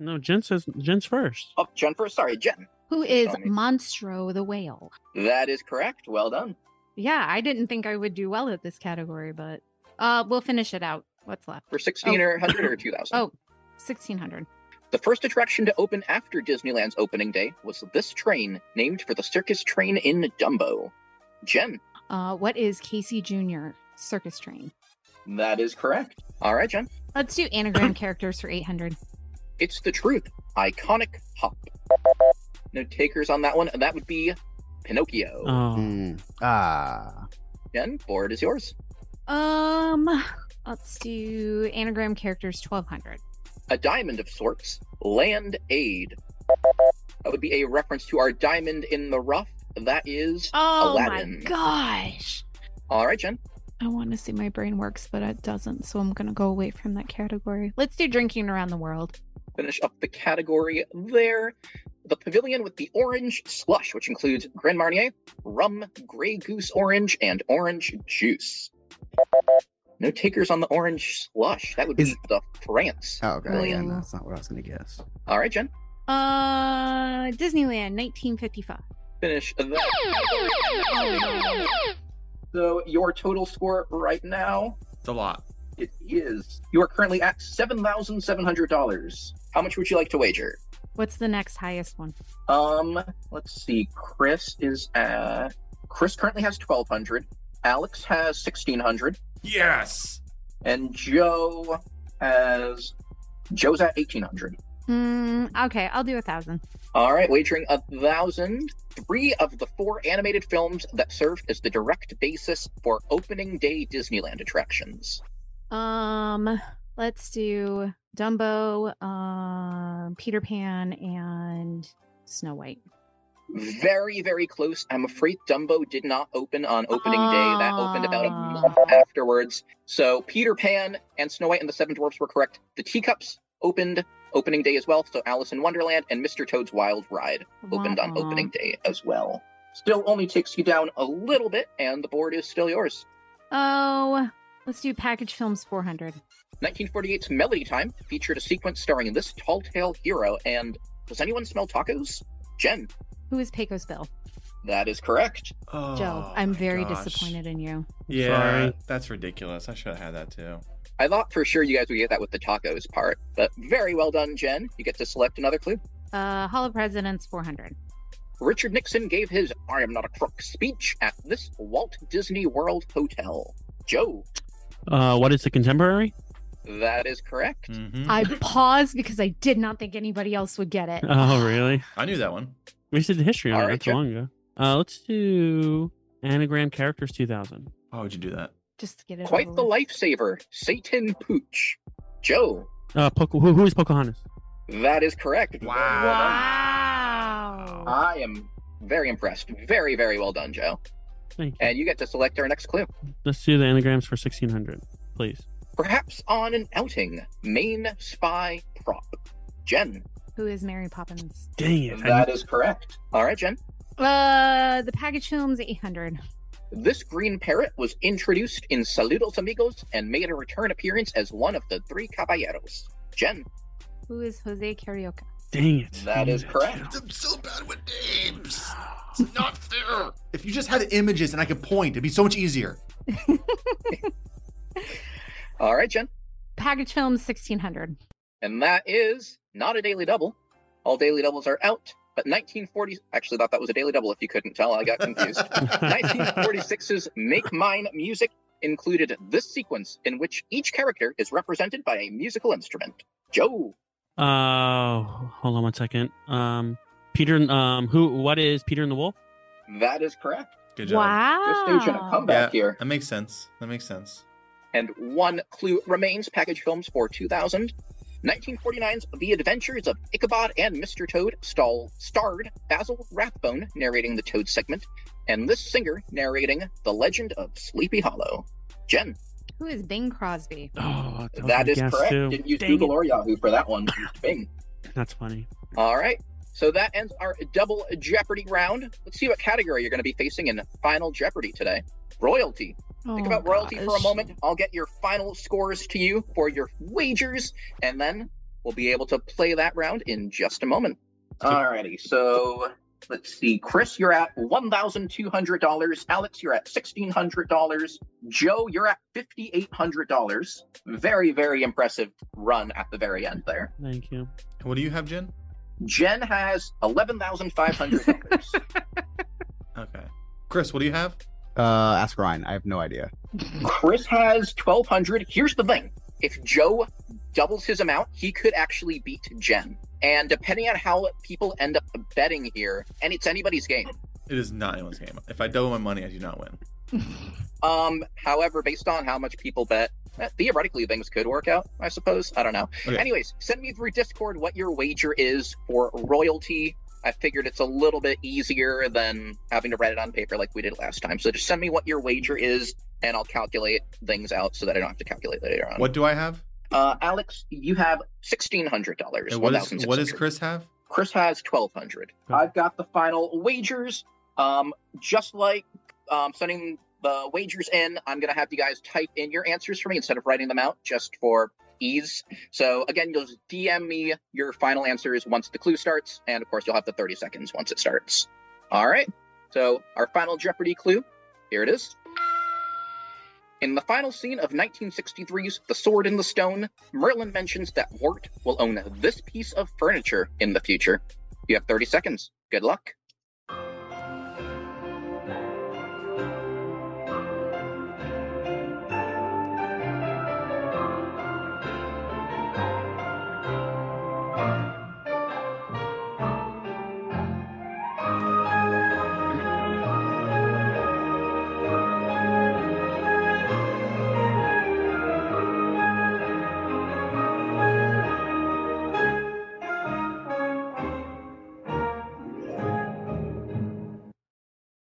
B: No, Jen says Jen's first.
E: oh, Jen first. Sorry, Jen.
F: Who is
E: Sorry.
F: Monstro the whale?
E: That is correct. Well done.
F: Yeah, I didn't think I would do well at this category, but uh, we'll finish it out. What's left?
E: For 16 or 100 or 2000.
F: Oh, 1600.
E: The first attraction to open after Disneyland's opening day was this train, named for the circus train in Dumbo. Jen,
F: Uh, what is Casey Jr. Circus Train?
E: that is correct. All right, Jen.
F: Let's do anagram characters for 800.
E: It's the truth. Iconic hop. No takers on that one. and That would be Pinocchio.
B: Oh,
D: Hmm. Ah,
E: Jen, board is yours.
F: Um, let's do anagram characters 1200.
E: A diamond of sorts. Land aid. That would be a reference to our diamond in the rough. That is.
F: Oh
E: Aladdin.
F: my gosh.
E: All right, Jen.
F: I want to see my brain works, but it doesn't. So I'm going to go away from that category. Let's do drinking around the world.
E: Finish up the category there. The pavilion with the orange slush, which includes Grand Marnier, rum, Grey Goose orange, and orange juice. No takers on the orange slush. That would be
D: Is-
E: the France.
D: oh god,
E: Really?
D: damn, that's not what I was gonna guess.
E: All right, Jen.
F: Uh, Disneyland 1955.
E: Finish that. So your total score right now
C: It's a lot.
E: it is you are currently at seven thousand seven hundred dollars. How much would you like to wager?
F: What's the next highest one?
E: Um, let's see. Chris is at Chris currently has twelve hundred. Alex has sixteen hundred,
C: Yes.
E: and Joe has Joe's at eighteen hundred.
F: Mm, okay, I'll do a thousand.
E: All right, wagering a thousand. Three of the four animated films that served as the direct basis for opening day Disneyland attractions.
F: Um, let's do Dumbo, um, Peter Pan, and Snow White.
E: Very, very close. I'm afraid Dumbo did not open on opening day. That opened about a
F: Ah.
E: month afterwards. So Peter Pan and Snow White and the Seven Dwarfs were correct. The Teacups opened opening day as well. So Alice in Wonderland and Mr. Toad's Wild Ride opened on
F: Wah-wah.
E: opening day as well. Still only takes you down a little bit, and the board is still yours.
F: Oh, let's do package films 400.
E: 1948's Melody Time featured a sequence starring this tall tale hero. And does anyone smell tacos? Jen,
F: Who is Pecos Bill?
E: that is correct.
C: Oh,
F: Joe, I'm
C: my
F: very
C: gosh.
F: disappointed in you.
C: Yeah,
B: Sorry.
C: that's ridiculous. I should have had that too.
E: I thought for sure you guys would get that with the tacos part, but very well done, Jen. You get to select another clue.
F: Uh, Hall of Presidents 400.
E: Richard Nixon gave his I am not a crook speech at this Walt Disney World Hotel. Joe,
B: uh, what is the contemporary?
E: that is correct.
C: hmm
F: I paused because I did not think anybody else would get it.
B: Oh, really?
C: I knew that one.
B: We just did the history on
E: All
B: it
E: right,
B: not too
E: Jeff.
B: long ago. Uh, let's do anagram characters 2000.
C: Why would you do that?
F: Just to get it.
E: Quite
F: over
E: the
F: with.
E: lifesaver, Satan Pooch. Joe,
B: Uh, Poca- who, who is Pocahontas?
E: that is correct.
F: Wow.
E: I am very impressed. Very, very well done, Joe.
B: Thank you.
E: And you get to select our next clue.
B: Let's do the anagrams for 1600. please.
E: Perhaps on an outing. Main spy prop. Jen.
F: Who is Mary Poppins?
B: Dang it. I-
E: That is correct. All right, Jen.
F: Uh, the package film's 800.
E: This green parrot was introduced in Saludos Amigos and made a return appearance as one of the three caballeros. Jen.
F: Who is Jose Carioca?
B: Dang it.
E: That is correct.
C: I'm so bad with names. It's not fair. If you just had images and I could point, it'd be so much easier.
E: All right, Jen.
F: Package film's 1600.
E: And that is not a daily double. All daily doubles are out, but 1940 actually I thought that was a daily double if you couldn't tell. I got confused. 1946's Make Mine Music included this sequence in which each character is represented by a musical instrument. Joe,
B: Uh, hold on one second. Um, Peter, um, who, what is Peter and the Wolf?
E: that is correct.
C: Good job.
F: Wow.
E: Just agent a comeback
C: Yeah.
E: here.
C: That makes sense. That makes sense.
E: And one clue remains package films for 2000. 1949's The Adventures of Ichabod and Mr. Toad stall, starred Basil Rathbone narrating the Toad segment, and this singer narrating The Legend of Sleepy Hollow. Jen,
F: Who is Bing Crosby?
B: Oh, that was
E: that
B: my
E: is
B: guess,
E: correct.
B: too.
E: Didn't use
B: Dang
E: Google
B: it.
E: or Yahoo for that one. Used Bing.
B: That's funny.
E: All right. So that ends our double Jeopardy round. Let's see what category you're going to be facing in Final Jeopardy today. Royalty. Think
F: Oh,
E: about royalty for a
F: gosh.
E: moment. I'll get your final scores to you for your wagers, and then we'll be able to play that round in just a moment. Alrighty, so let's see. Chris, you're at one thousand two hundred dollars. Alex, you're at sixteen hundred dollars. Joe, you're at fifty eight hundred dollars. Very, very impressive run at the very end there.
B: Thank you.
C: And what do you have, Jen?
E: Jen has eleven thousand five hundred dollars.
C: Okay. Chris, what do you have?
D: Uh, ask Ryan. I have no idea.
E: Chris has 1200. Here's the thing. If Joe doubles his amount, he could actually beat Jen. And depending on how people end up betting here, and it's anybody's game.
C: It is not anyone's game. If I double my money, I do not win.
E: Um, however, based on how much people bet, eh, theoretically things could work out, I suppose. I don't know.
C: Okay.
E: Anyways, send me through Discord what your wager is for royalty. I figured it's a little bit easier than having to write it on paper like we did last time. So just send me what your wager is, and I'll calculate things out so that I don't have to calculate later on.
C: What do I have?
E: Uh, Alex, you have sixteen hundred dollars.
C: And what is what does Chris
B: Uh,
C: have?
E: Chris has twelve hundred.
B: Okay.
E: I've got the final wagers. Um, just like um, sending the wagers in, I'm gonna have you guys type in your answers for me instead of writing them out, just for ease. So again, you'll just DM me your final answers once the clue starts, and of course, you'll have the thirty seconds once it starts. All right. So our final Jeopardy clue. Here it is. In the final scene of 1963's The Sword in the Stone, Merlin mentions that Wart will own this piece of furniture in the future. You have 30 seconds. Good luck.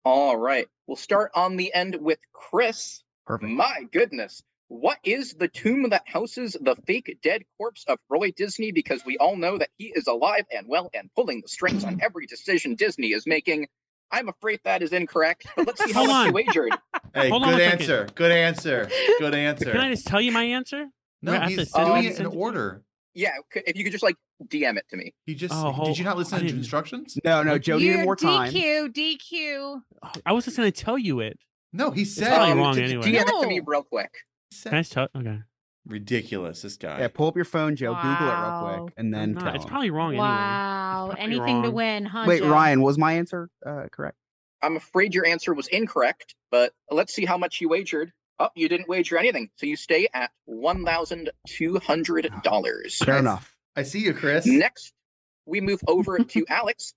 E: All right. We'll start on the end with Chris.
D: Perfect.
E: My goodness. What is the tomb that houses the fake dead corpse of Roy Disney? Because we all know that he is alive and well and pulling the strings on every decision Disney is making. I'm afraid that is incorrect, but let's see how
B: Hold
E: much you
B: on.
E: wagered.
C: Hey,
B: Hold on
C: good
B: one second.
C: answer. Good answer. Good answer.
B: Can I just tell you my answer?
C: no,
B: We're at
C: he's
B: the
C: doing
E: sentence-
C: it in order.
E: Yeah, c- if you could just like DM it to me.
C: He just
B: Oh, hold-
C: did you not listen
B: I
C: to
B: didn't-
C: instructions?
D: No, no. Joe needed
F: You
D: more time.
F: DQ, DQ.
B: Oh, I was just going to tell you it.
C: No, he
B: It's probably
C: said,
B: wrong
E: d-
B: anyway.
E: DM it to me
F: No.
E: real quick.
C: he
B: Can I just
C: said
B: tell? Okay.
C: ridiculous. This guy.
D: Yeah, pull up your phone, Joe. Google it real
F: Wow.
D: quick, and then
B: No,
D: tell
B: it's
D: him.
B: probably wrong
F: Wow.
B: probably
F: Anything to
B: wrong.
F: win, huh?
D: Wait,
F: Joe?
D: Ryan, was my answer uh, correct?
E: I'm afraid your answer was incorrect, but let's see how much you wagered. Oh, you didn't wager anything. So you stay at $1,200.
D: Fair
C: Yes.
D: enough.
C: I see you, Chris.
E: Next, we move over to Alex.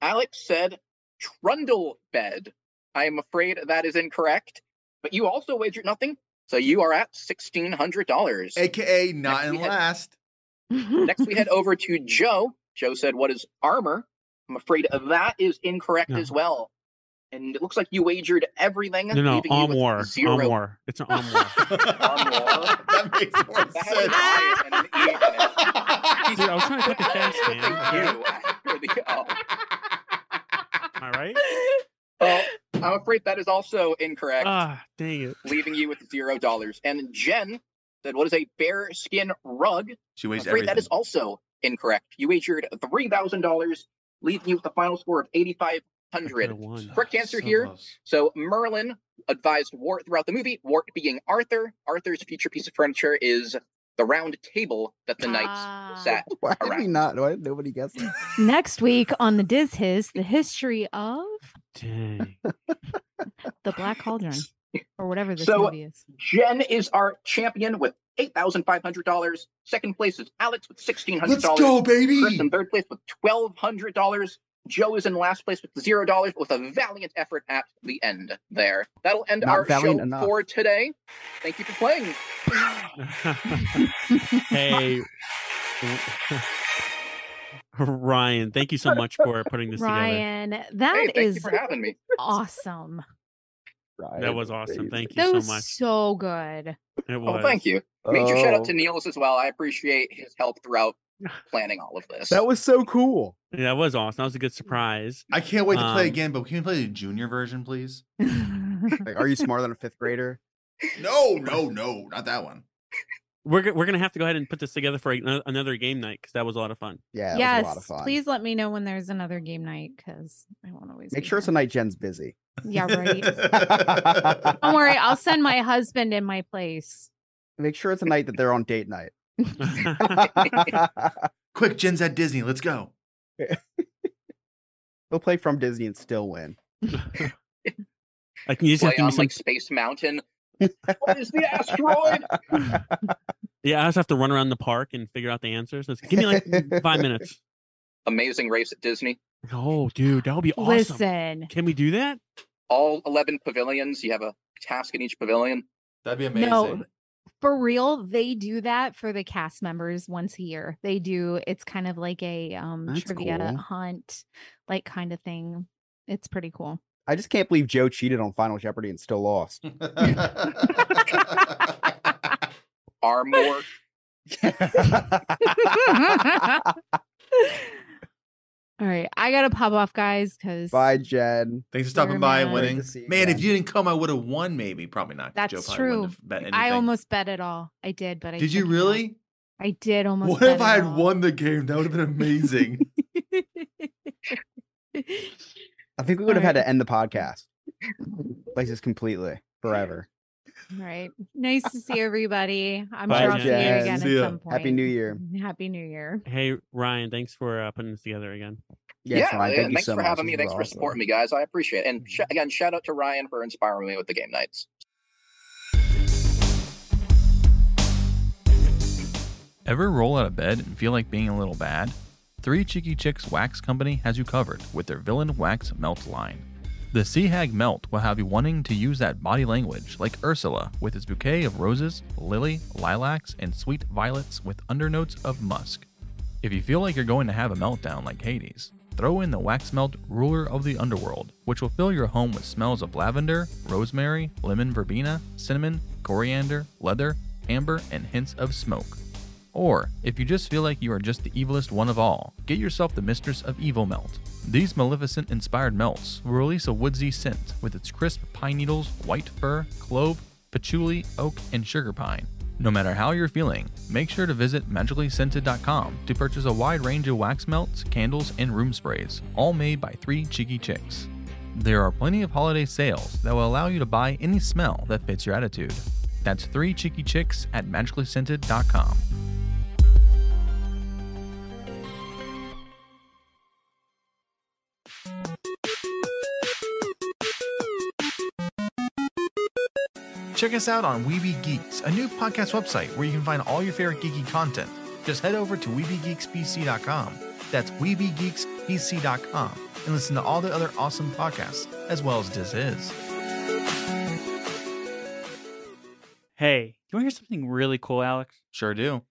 E: Alex said trundle bed. I am afraid that is incorrect, but you also wagered nothing. So you are at $1,600.
C: AKA not
E: Next
C: in
E: we had-
C: last.
F: Ryan.
E: Next, we head over to Joe. Joe said, What is armor? I'm afraid that is incorrect
B: No.
E: as well. and it looks like you wagered everything.
B: No, no,
E: leaving you with
B: Armoire.
E: zero.
B: Armoire. It's an armoire.
E: That
C: makes more
E: That has an I and an E in it.
B: Dude, I was trying to cut it fast, man.
E: You oh. after the O.
B: All right.
E: Well, I'm afraid that is also incorrect,
B: Ah, dang it.
E: leaving you with zero dollars. And Jen said, "What is a bear skin rug?"
C: She
E: I'm
C: weighs
E: afraid
C: everything.
E: that is also incorrect. You wagered three thousand dollars, leaving you with a final score of eighty-five hundred.
B: One.
E: Correct answer here. So Merlin advised Wart throughout the movie, Wart being Arthur. Arthur's future piece of furniture is the round table that the knights sat
D: Why did we
E: around.
D: not? Why did nobody guess? that?
F: Next week on the Diz His, the history of
B: Dang.
F: the Black Cauldron or whatever this
E: So- uh,
F: movie is.
E: Jen is our champion with eight thousand five hundred dollars. Second place is Alex with sixteen hundred
C: Let's
E: dollars.
C: go, baby.
E: Chris in third place with twelve hundred dollars. Joe is in last place with zero dollars with a valiant effort at the end there. That'll end
D: Not
E: our show
D: valiant enough.
E: for today. Thank you for playing.
B: hey. Ryan, thank you so much for putting this
F: Ryan,
E: hey,
F: that
E: thank you
F: is
E: for having me.
F: awesome.
B: together. That was awesome. Thank you
F: That
B: so
F: was
B: much.
F: so good.
B: It
E: Oh,
B: was.
E: thank you. Major shout
D: Oh.
E: out to Niels as well. I appreciate his help throughout planning all of this.
D: That was so cool.
B: Yeah, That was awesome. That was a good surprise.
C: I can't wait to play
B: Um,
C: again, but can we play the junior version, please?
D: Like, are you smarter than a fifth grader?
C: No, no, no, not that one.
B: We're, go- we're going to have to go ahead and put this together for a- another game night because that was a lot of fun.
D: Yeah, that was a lot of
F: yes,
D: fun.
F: please let me know when there's another game night because I won't always
D: make
F: be
D: sure it's a
F: there.
D: night Jen's busy.
F: Yeah, right. Don't worry, I'll send my husband in my place.
D: Make sure it's a night that they're on date night.
C: Quick, Jen's at Disney. Let's go.
D: They'll play from Disney and still win.
B: I can just
E: Play
B: have to
E: on
B: be some,
E: like Space Mountain. what is the asteroid?
B: yeah, I just have to run around the park and figure out the answers. It's- give me like five minutes.
E: Amazing race at Disney.
B: Oh, dude, that would be awesome.
F: Listen,
B: Can we do that?
E: All 11 pavilions. You have a task in each pavilion.
C: That'd be amazing.
F: No. for real, they do that for the cast members once a year. They do. It's kind of like a um
D: That's
F: trivia
D: cool.
F: hunt, like kind of thing. It's pretty cool.
D: I just can't believe Joe cheated on Final Jeopardy and still lost.
E: Armor.
F: All right, I gotta pop off, guys, because
D: Bye, Jen.
C: Thanks for stopping
F: Very
C: by and
F: much.
C: winning.
D: Great to see you
C: Man, if
D: again.
C: you didn't come, I would have won. Maybe, probably not. 'cause
F: That's
C: probably wouldn't
F: true.
C: have bet
F: I
C: anything.
F: almost bet it all. I did, but I
C: Did you
F: took it out.
C: really?
F: I did almost.
C: What if
F: bet it
C: I had
F: all.
C: won the game? That would have been amazing.
D: I think we would have had
F: Alright.
D: to end the podcast. Like just completely forever.
F: All right. Nice to see everybody. I'm
B: Bye,
F: sure I'll see you
D: Jen.
F: again
C: See
F: at
C: ya.
F: some point.
D: Happy New Year.
F: Happy New Year.
B: Hey, Ryan, thanks for uh, putting this together again.
D: Yes,
E: yeah,
D: Ryan,
E: yeah,
D: thank you
E: thanks
D: so
E: for
D: much.
E: having me.
D: This was
E: Thanks for
D: awesome. Mm-hmm.
E: supporting me, guys. I appreciate it. And sh- again, shout out to Ryan for inspiring me with the game nights.
N: Ever roll out of bed and feel like being a little bad? Three Cheeky Chicks Wax Company has you covered with their Villain Wax Melt line. The Sea Hag Melt will have you wanting to use that body language like Ursula with its bouquet of roses, lily, lilacs, and sweet violets with undernotes of musk. If you feel like you're going to have a meltdown like Hades, throw in the Wax Melt Ruler of the Underworld, which will fill your home with smells of lavender, rosemary, lemon verbena, cinnamon, coriander, leather, amber, and hints of smoke. Or, if you just feel like you are just the evilest one of all, get yourself the Mistress of Evil Melt. These Maleficent inspired melts will release a woodsy scent with its crisp pine needles, white fir, clove, patchouli, oak, and sugar pine. No matter how you're feeling, make sure to visit magicallyscented.com to purchase a wide range of wax melts, candles, and room sprays, all made by three cheeky chicks. There are plenty of holiday sales that will allow you to buy any smell that fits your attitude. That's three cheeky chicks at magicallyscented.com.
C: Check us out on Weeby Geeks, a new podcast website where you can find all your favorite geeky content. Just head over to WeebyGeeksBC.com. That's WeebyGeeksBC.com and listen to all the other awesome podcasts, as well as Diz Is.
O: Hey, you want to hear something really cool, Alex?
C: Sure do.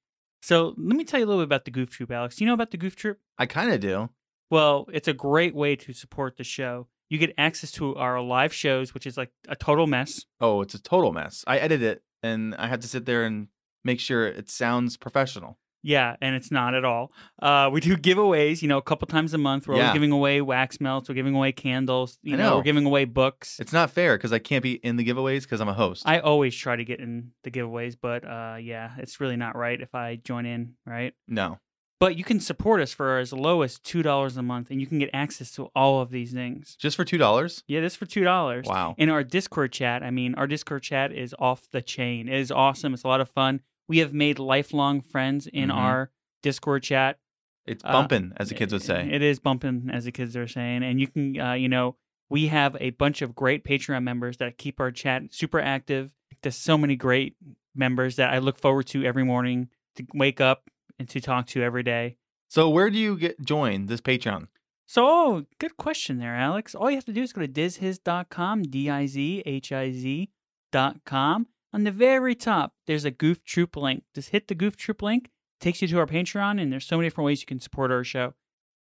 O: So let me tell you a little bit about the Goof Troop, Alex. You know about the Goof Troop?
C: I kind of do.
O: Well, it's a great way to support the show. You get access to our live shows, which is like a total mess.
N: Oh, it's a total mess. I edit it and I have to sit there and make sure it sounds professional.
O: Yeah, and it's not at all. Uh, we do giveaways, you know, a couple times a month. We're
N: Yeah.
O: always giving away wax melts. We're giving away candles. You
N: I
O: know,
N: know.
O: we're giving away books.
N: It's not fair because I can't be in the giveaways because I'm a host.
O: I always try to get in the giveaways, but uh, yeah, it's really not right if I join in, right?
N: No.
O: But you can support us for as low as two dollars a month, and you can get access to all of these things.
N: Just for two dollars?
O: Yeah, this for two dollars.
N: Wow.
O: In our Discord chat, I mean, our Discord chat is off the chain. It is awesome. It's a lot of fun. We have made lifelong friends in
N: Mhm.
O: our Discord chat.
N: It's
O: Uh,
N: bumping, as the kids would say.
O: It is bumping, as the kids are saying. And you can, uh, you know, we have a bunch of great Patreon members that keep our chat super active. There's so many great members that I look forward to every morning to wake up and to talk to every day.
N: So where do you get join this Patreon?
O: So, oh, good question there, Alex. All you have to do is go to dizhiz.com, D I Z H I Z dot com. On the very top, there's a Goof Troop link. Just hit the Goof Troop link, takes you to our Patreon, and there's so many different ways you can support our show.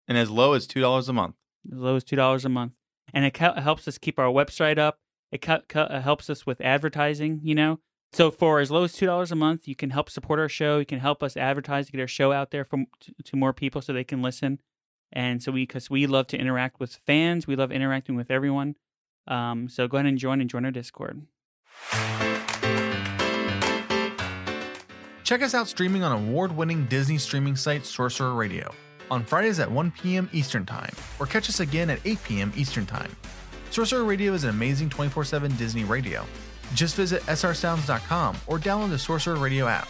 N: And as low as two dollars a month.
O: as low as two dollars a month, and it co- helps us keep our website up. It co- co- uh, helps us with advertising, you know. So for as low as two dollars a month, you can help support our show. You can help us advertise, get our show out there from to, to more people so they can listen. And so we, because we love to interact with fans, we love interacting with everyone. Um, so go ahead and join and join our Discord.
N: Check us out streaming on award winning Disney streaming site Sorcerer Radio on Fridays at 1 p.m. Eastern Time, or catch us again at 8 p.m. Eastern Time. Sorcerer Radio is an amazing 24 7 Disney radio. Just visit srsounds.com or download the Sorcerer Radio app.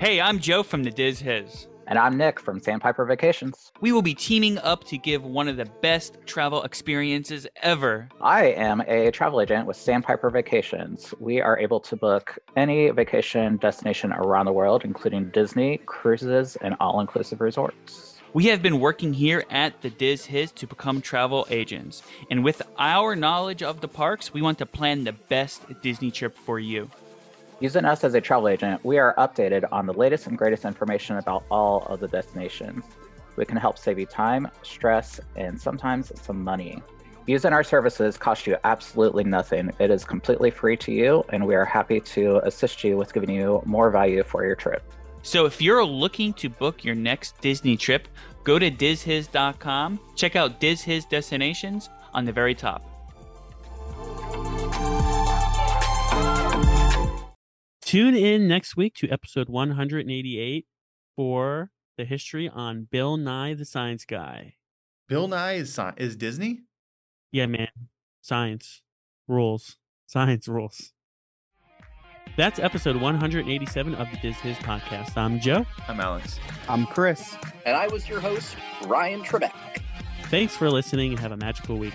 O: Hey, I'm Joe from the Diz His.
P: And I'm Nick from Sandpiper Vacations.
O: We will be teaming up to give one of the best travel experiences ever.
P: I am a travel agent with Sandpiper Vacations. We are able to book any vacation destination around the world, including Disney, cruises, and all inclusive resorts.
O: We have been working here at the Diz His to become travel agents, and with our knowledge of the parks, we want to plan the best Disney trip for you.
P: Using us as a travel agent, we are updated on the latest and greatest information about all of the destinations. We can help save you time, stress, and sometimes some money. Using our services costs you absolutely nothing. It is completely free to you, and we are happy to assist you with giving you more value for your trip.
O: So if you're looking to book your next Disney trip, go to DizHiz.com, check out Diz His Destinations on the very top.
B: Tune in next week to episode 188 for the history on Bill Nye the Science Guy.
C: Bill Nye is sci- is Disney.
B: Yeah, man. Science rules. Science rules. That's episode 187 of the Diz His podcast. I'm Joe.
N: I'm Alex.
B: I'm Chris.
E: And I was your host, Ryan Trebek.
B: Thanks for listening and have a magical week.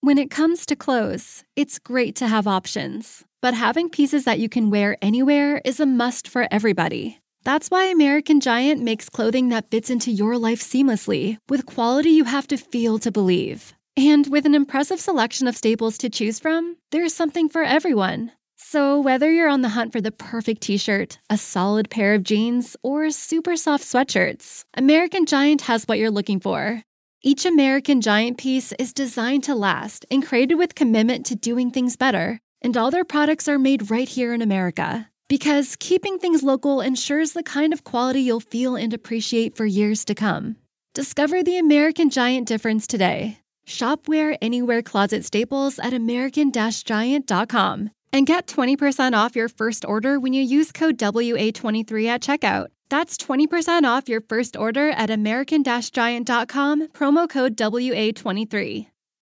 Q: When it comes to clothes, it's great to have options, but having pieces that you can wear anywhere is a must for everybody. That's why American Giant makes clothing that fits into your life seamlessly, with quality you have to feel to believe. And with an impressive selection of staples to choose from, there's something for everyone. So, whether you're on the hunt for the perfect t shirt, a solid pair of jeans, or super soft sweatshirts, American Giant has what you're looking for. Each American Giant piece is designed to last and created with commitment to doing things better. And uh, all their products are made right here in America. Because keeping things local ensures the kind of quality you'll feel and appreciate for years to come. Discover the American Giant difference today. Shop wear anywhere closet staples at American Giant.com and get 20% off your first order when you use code WA23 at checkout. That's 20% off your first order at american-giant.com, promo code WA23.